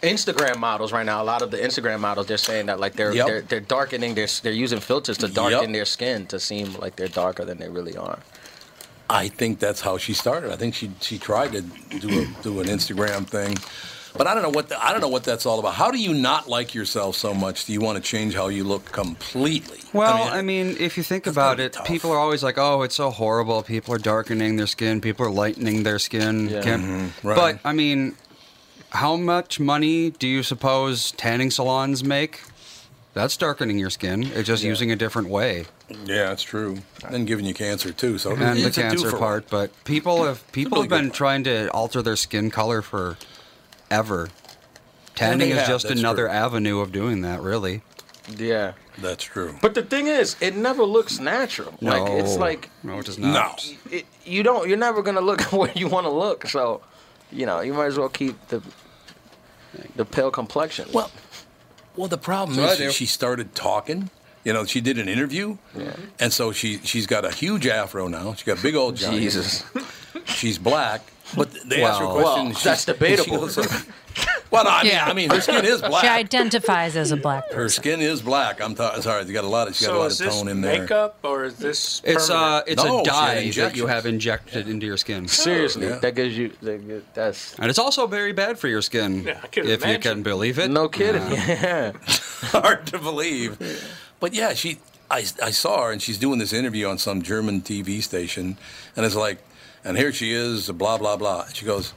[SPEAKER 3] Instagram models right now. A lot of the Instagram models they're saying that like they're
[SPEAKER 1] Yep.
[SPEAKER 3] they're, they're darkening their s- they're using filters to darken their skin to seem like they're darker than they really are.
[SPEAKER 1] I think that's how she started. I think she she tried to do a, do an Instagram thing, but I don't know what the, I don't know what that's all about. How do you not like yourself so much? Do you want to change how you look completely?
[SPEAKER 6] Well, I mean, if you think about it, people are always like, "Oh, it's so horrible. People are darkening their skin. People are lightening their skin."
[SPEAKER 1] Yeah.
[SPEAKER 6] Can't-
[SPEAKER 1] Mhm, right.
[SPEAKER 6] But I mean, how much money do you suppose tanning salons make? That's darkening your skin. It's just using a different way.
[SPEAKER 1] Yeah, that's true. And giving you cancer too. So
[SPEAKER 6] and the
[SPEAKER 1] it's a
[SPEAKER 6] cancer
[SPEAKER 1] do-for.
[SPEAKER 6] part. But people have people have been trying to alter their skin color for ever. Tanning
[SPEAKER 3] they
[SPEAKER 6] is
[SPEAKER 3] have,
[SPEAKER 6] just
[SPEAKER 3] that's
[SPEAKER 6] another
[SPEAKER 3] true.
[SPEAKER 6] avenue of doing that, really.
[SPEAKER 3] Yeah,
[SPEAKER 1] that's true.
[SPEAKER 3] But the thing is, it never looks natural. Like it's
[SPEAKER 6] No.
[SPEAKER 3] like
[SPEAKER 6] no, it does not.
[SPEAKER 3] it, you don't you're never gonna look where you want to look. So you know you might as well keep the the pale complexion.
[SPEAKER 1] Well, Well, the problem
[SPEAKER 3] So I
[SPEAKER 1] is
[SPEAKER 3] do.
[SPEAKER 1] she, she started talking. You know, she did an interview, and so she she's got a huge afro now. She got big old giant.
[SPEAKER 3] Jesus.
[SPEAKER 1] She's black, but they asked her a question.
[SPEAKER 3] Well, well,
[SPEAKER 1] and she-
[SPEAKER 3] that's
[SPEAKER 1] she
[SPEAKER 3] debatable.
[SPEAKER 1] goes like- well, no, I mean, I mean, her skin is black.
[SPEAKER 2] She identifies as a black.
[SPEAKER 1] Her skin is black. I'm t- sorry. She got a lot of she got a
[SPEAKER 9] So
[SPEAKER 1] lot
[SPEAKER 9] is
[SPEAKER 1] of
[SPEAKER 9] this
[SPEAKER 1] tone in there.
[SPEAKER 9] makeup or is this?
[SPEAKER 6] It's uh,
[SPEAKER 9] permanent?
[SPEAKER 6] it's a dye that you have injected into your skin.
[SPEAKER 3] Seriously,
[SPEAKER 6] Yeah.
[SPEAKER 3] that gives you that, gi- that's
[SPEAKER 6] and it's also very bad for your skin.
[SPEAKER 1] Yeah, I
[SPEAKER 6] if
[SPEAKER 1] can
[SPEAKER 6] you
[SPEAKER 1] imagine.
[SPEAKER 6] can believe it. Uh,
[SPEAKER 3] No kidding.
[SPEAKER 1] hard to believe. But yeah, she I, I saw her and she's doing this interview on some German TV station, and it's like, and here she is, blah blah blah. She goes,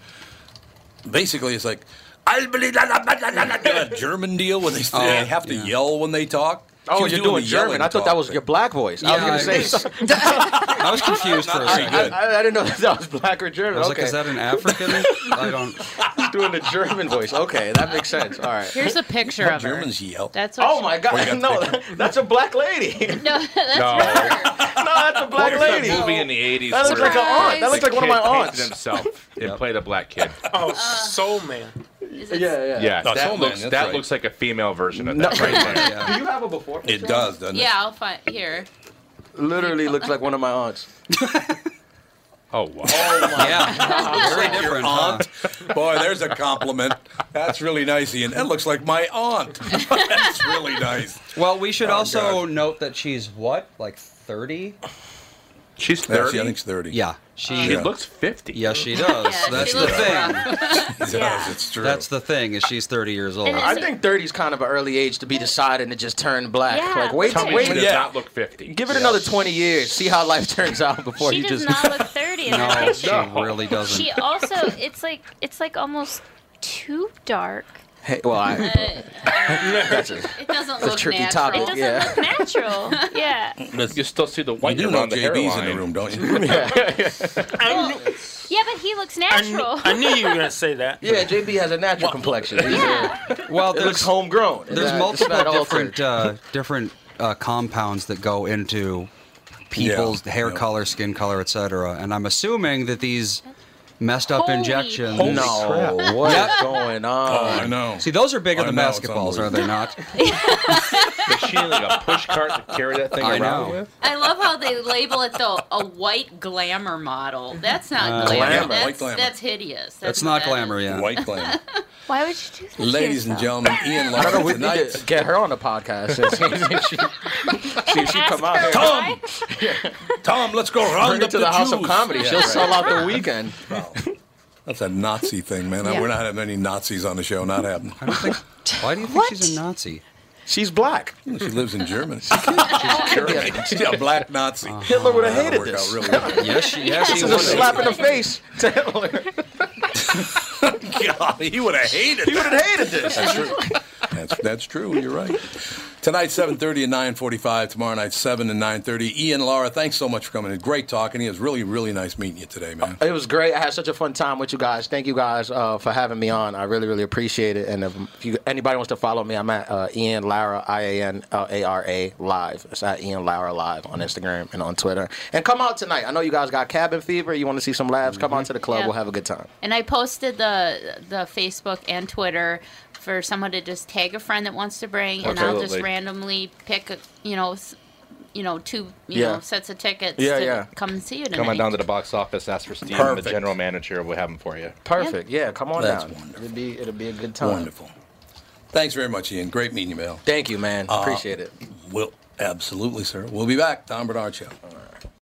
[SPEAKER 1] basically, it's like, I believe la, la, la, la, la, la," a German deal when they, they have to yell when they talk.
[SPEAKER 3] Oh,
[SPEAKER 1] She was
[SPEAKER 3] you're
[SPEAKER 1] the
[SPEAKER 3] doing German.
[SPEAKER 1] yelling
[SPEAKER 3] I thought that
[SPEAKER 1] talk
[SPEAKER 3] was
[SPEAKER 1] thing.
[SPEAKER 3] your black voice. I was
[SPEAKER 1] Yeah,
[SPEAKER 3] gonna
[SPEAKER 1] I
[SPEAKER 3] say.
[SPEAKER 1] was-
[SPEAKER 3] something.
[SPEAKER 6] I was confused for a
[SPEAKER 3] I-
[SPEAKER 6] second.
[SPEAKER 3] I, I- I didn't know if that was black or German.
[SPEAKER 6] I was like,
[SPEAKER 3] okay.
[SPEAKER 6] is that an African? I don't.
[SPEAKER 3] doing the German voice. Okay, that makes sense. All right.
[SPEAKER 7] Here's a picture of her. That's what
[SPEAKER 3] oh
[SPEAKER 7] she-
[SPEAKER 3] my God! No, that's a black lady.
[SPEAKER 7] No, that's
[SPEAKER 12] No.
[SPEAKER 3] No, that's a black
[SPEAKER 12] What was
[SPEAKER 3] lady.
[SPEAKER 12] That movie in the '80s.
[SPEAKER 3] That looks
[SPEAKER 12] where
[SPEAKER 3] like an aunt. That looks
[SPEAKER 12] the
[SPEAKER 3] like one of my
[SPEAKER 12] kid painted
[SPEAKER 3] aunts.
[SPEAKER 12] Himself. It played a black kid.
[SPEAKER 9] Oh, Soul Man.
[SPEAKER 3] Yeah, yeah.
[SPEAKER 12] Yeah,
[SPEAKER 1] No, Soul
[SPEAKER 12] that
[SPEAKER 1] Man,
[SPEAKER 12] looks
[SPEAKER 1] that's
[SPEAKER 12] that
[SPEAKER 1] right.
[SPEAKER 12] looks like a female version of
[SPEAKER 1] No.
[SPEAKER 12] that. right there.
[SPEAKER 3] Do you have a before?
[SPEAKER 1] It does, doesn't
[SPEAKER 7] Yeah, I'll find here.
[SPEAKER 3] it? Literally looks like one of my aunts.
[SPEAKER 12] oh wow!
[SPEAKER 1] Looks like your aunt. Boy, there's a compliment. That's really nice, Ian. That looks like my aunt. That's really nice.
[SPEAKER 6] Well, we should also note that she's what, like thirty?
[SPEAKER 12] She's
[SPEAKER 1] Yeah, she- I think she's 30.
[SPEAKER 6] Yeah, she,
[SPEAKER 12] She looks fifty.
[SPEAKER 6] Yeah, she does.
[SPEAKER 12] Yeah,
[SPEAKER 6] That's
[SPEAKER 12] she
[SPEAKER 6] the
[SPEAKER 12] looks
[SPEAKER 6] thing.
[SPEAKER 1] She does, it's true.
[SPEAKER 6] That's the thing is she's thirty years old.
[SPEAKER 3] I think 30 is kind of an early age to be deciding to just turn black.
[SPEAKER 5] Yeah,
[SPEAKER 3] like, wait,
[SPEAKER 12] Tell me
[SPEAKER 3] wait,
[SPEAKER 12] she does
[SPEAKER 3] yeah.
[SPEAKER 12] not look fifty.
[SPEAKER 3] Give it another 20 years. See how life turns out before
[SPEAKER 5] She
[SPEAKER 3] you
[SPEAKER 5] does
[SPEAKER 3] just.
[SPEAKER 5] not look 30 in that
[SPEAKER 6] no, she
[SPEAKER 5] picture.
[SPEAKER 6] really doesn't.
[SPEAKER 5] She also, it's like it's like almost too dark.
[SPEAKER 3] Hey, well, I,
[SPEAKER 5] Uh,
[SPEAKER 3] that's a,
[SPEAKER 7] It doesn't
[SPEAKER 3] It's a
[SPEAKER 7] look
[SPEAKER 3] tricky
[SPEAKER 7] natural.
[SPEAKER 3] topic,
[SPEAKER 7] It doesn't
[SPEAKER 3] yeah.
[SPEAKER 7] look natural. Yeah.
[SPEAKER 12] You still see the white
[SPEAKER 1] You do know
[SPEAKER 12] around the
[SPEAKER 1] JB's in
[SPEAKER 12] hairline.
[SPEAKER 1] the room,
[SPEAKER 5] Uh,
[SPEAKER 1] don't you?
[SPEAKER 5] Yeah, but he looks
[SPEAKER 9] I knew,
[SPEAKER 5] natural.
[SPEAKER 9] I knew you were gonna say that.
[SPEAKER 3] yeah, JB has a natural complexion.
[SPEAKER 6] Well,
[SPEAKER 3] It
[SPEAKER 6] there's,
[SPEAKER 3] looks homegrown. It's
[SPEAKER 6] There's
[SPEAKER 3] not- it's
[SPEAKER 6] multiple
[SPEAKER 3] not altered.
[SPEAKER 6] different uh, different uh, compounds that go into people's hair color, skin color, etc. And I'm assuming that these messed up
[SPEAKER 3] Holy-
[SPEAKER 6] injections.
[SPEAKER 3] Holy No, crap. what
[SPEAKER 6] Yep.
[SPEAKER 3] is going on?
[SPEAKER 1] Oh, I know.
[SPEAKER 6] See, those are bigger
[SPEAKER 1] I
[SPEAKER 6] than
[SPEAKER 1] know, it's
[SPEAKER 6] basketballs, are they not?
[SPEAKER 12] Is she like a push cart to carry that thing
[SPEAKER 6] I
[SPEAKER 12] around
[SPEAKER 6] know.
[SPEAKER 12] with?
[SPEAKER 7] I love how they label it though a white glamour model. That's not
[SPEAKER 6] Uh,
[SPEAKER 7] glamour.
[SPEAKER 6] Glamour,
[SPEAKER 7] That's,
[SPEAKER 1] white glamour.
[SPEAKER 7] that's hideous.
[SPEAKER 6] That's not glamour, yeah.
[SPEAKER 1] White glamour.
[SPEAKER 5] Why would you do that? to
[SPEAKER 1] Ladies and
[SPEAKER 5] yourself?
[SPEAKER 1] gentlemen, Ian
[SPEAKER 3] I don't know.
[SPEAKER 1] Lawson
[SPEAKER 3] We need to
[SPEAKER 1] tonight.
[SPEAKER 3] get her on the podcast. she, she, she come out. here.
[SPEAKER 1] Tom, Tom, let's go round
[SPEAKER 3] Bring it
[SPEAKER 1] up
[SPEAKER 3] to the House of
[SPEAKER 1] Jews.
[SPEAKER 3] Comedy. She'll sell out the weekend.
[SPEAKER 1] That's a Nazi thing, man.
[SPEAKER 2] Yeah.
[SPEAKER 1] We're not having any Nazis on the show. Not happening.
[SPEAKER 6] Why do you think she's a Nazi?
[SPEAKER 3] She's black.
[SPEAKER 1] She lives in Germany. She's German. She's a black Nazi.
[SPEAKER 6] Uh-huh.
[SPEAKER 3] Hitler would have
[SPEAKER 1] That'll
[SPEAKER 3] hated
[SPEAKER 1] work
[SPEAKER 3] this.
[SPEAKER 1] out really well.
[SPEAKER 6] Yes, she, yes,
[SPEAKER 3] This
[SPEAKER 6] she
[SPEAKER 3] is a
[SPEAKER 6] would.
[SPEAKER 3] slap in the face to Hitler.
[SPEAKER 1] God, he would have hated.
[SPEAKER 3] He would have hated this.
[SPEAKER 1] That's true. That's, that's true. You're right. Tonight, 7.30 and 9.45. Tomorrow night, 7 and 9.30. Ian, Laura, thanks so much for coming in. Great talking to you. It was really, really nice meeting you today, man.
[SPEAKER 3] It was great. I had such a fun time with you guys. Thank you guys uh, for having me on. I really, really appreciate it. And if, if you, anybody wants to follow me, I'm at uh, Ian Lara, I A N L A R A Live. It's at Ian Lara Live on Instagram and on Twitter. And come out tonight. I know you guys got cabin fever. You want to see some laughs? Come out to the club.
[SPEAKER 7] Yeah.
[SPEAKER 3] We'll have a good time.
[SPEAKER 7] And I posted the the Facebook and Twitter for someone to just tag a friend that wants to bring, and I'll just
[SPEAKER 3] Absolutely.
[SPEAKER 7] randomly pick, a, you know, s- you know, two you
[SPEAKER 12] Yeah.
[SPEAKER 7] know sets of tickets
[SPEAKER 12] Yeah,
[SPEAKER 7] to
[SPEAKER 12] yeah.
[SPEAKER 7] come see you tonight.
[SPEAKER 12] Come on down to the box office, ask for Steve,
[SPEAKER 3] Perfect.
[SPEAKER 12] the general manager. We'll have him for you.
[SPEAKER 3] Perfect. Yeah, come on
[SPEAKER 1] That's
[SPEAKER 3] down. It'll be it'll be a good time.
[SPEAKER 1] Wonderful. Thanks very much, Ian. Great meeting you, Mel. Uh,
[SPEAKER 3] Thank you, man. Appreciate it.
[SPEAKER 1] We'll absolutely, sir. We'll be back. Tom Bernard Show.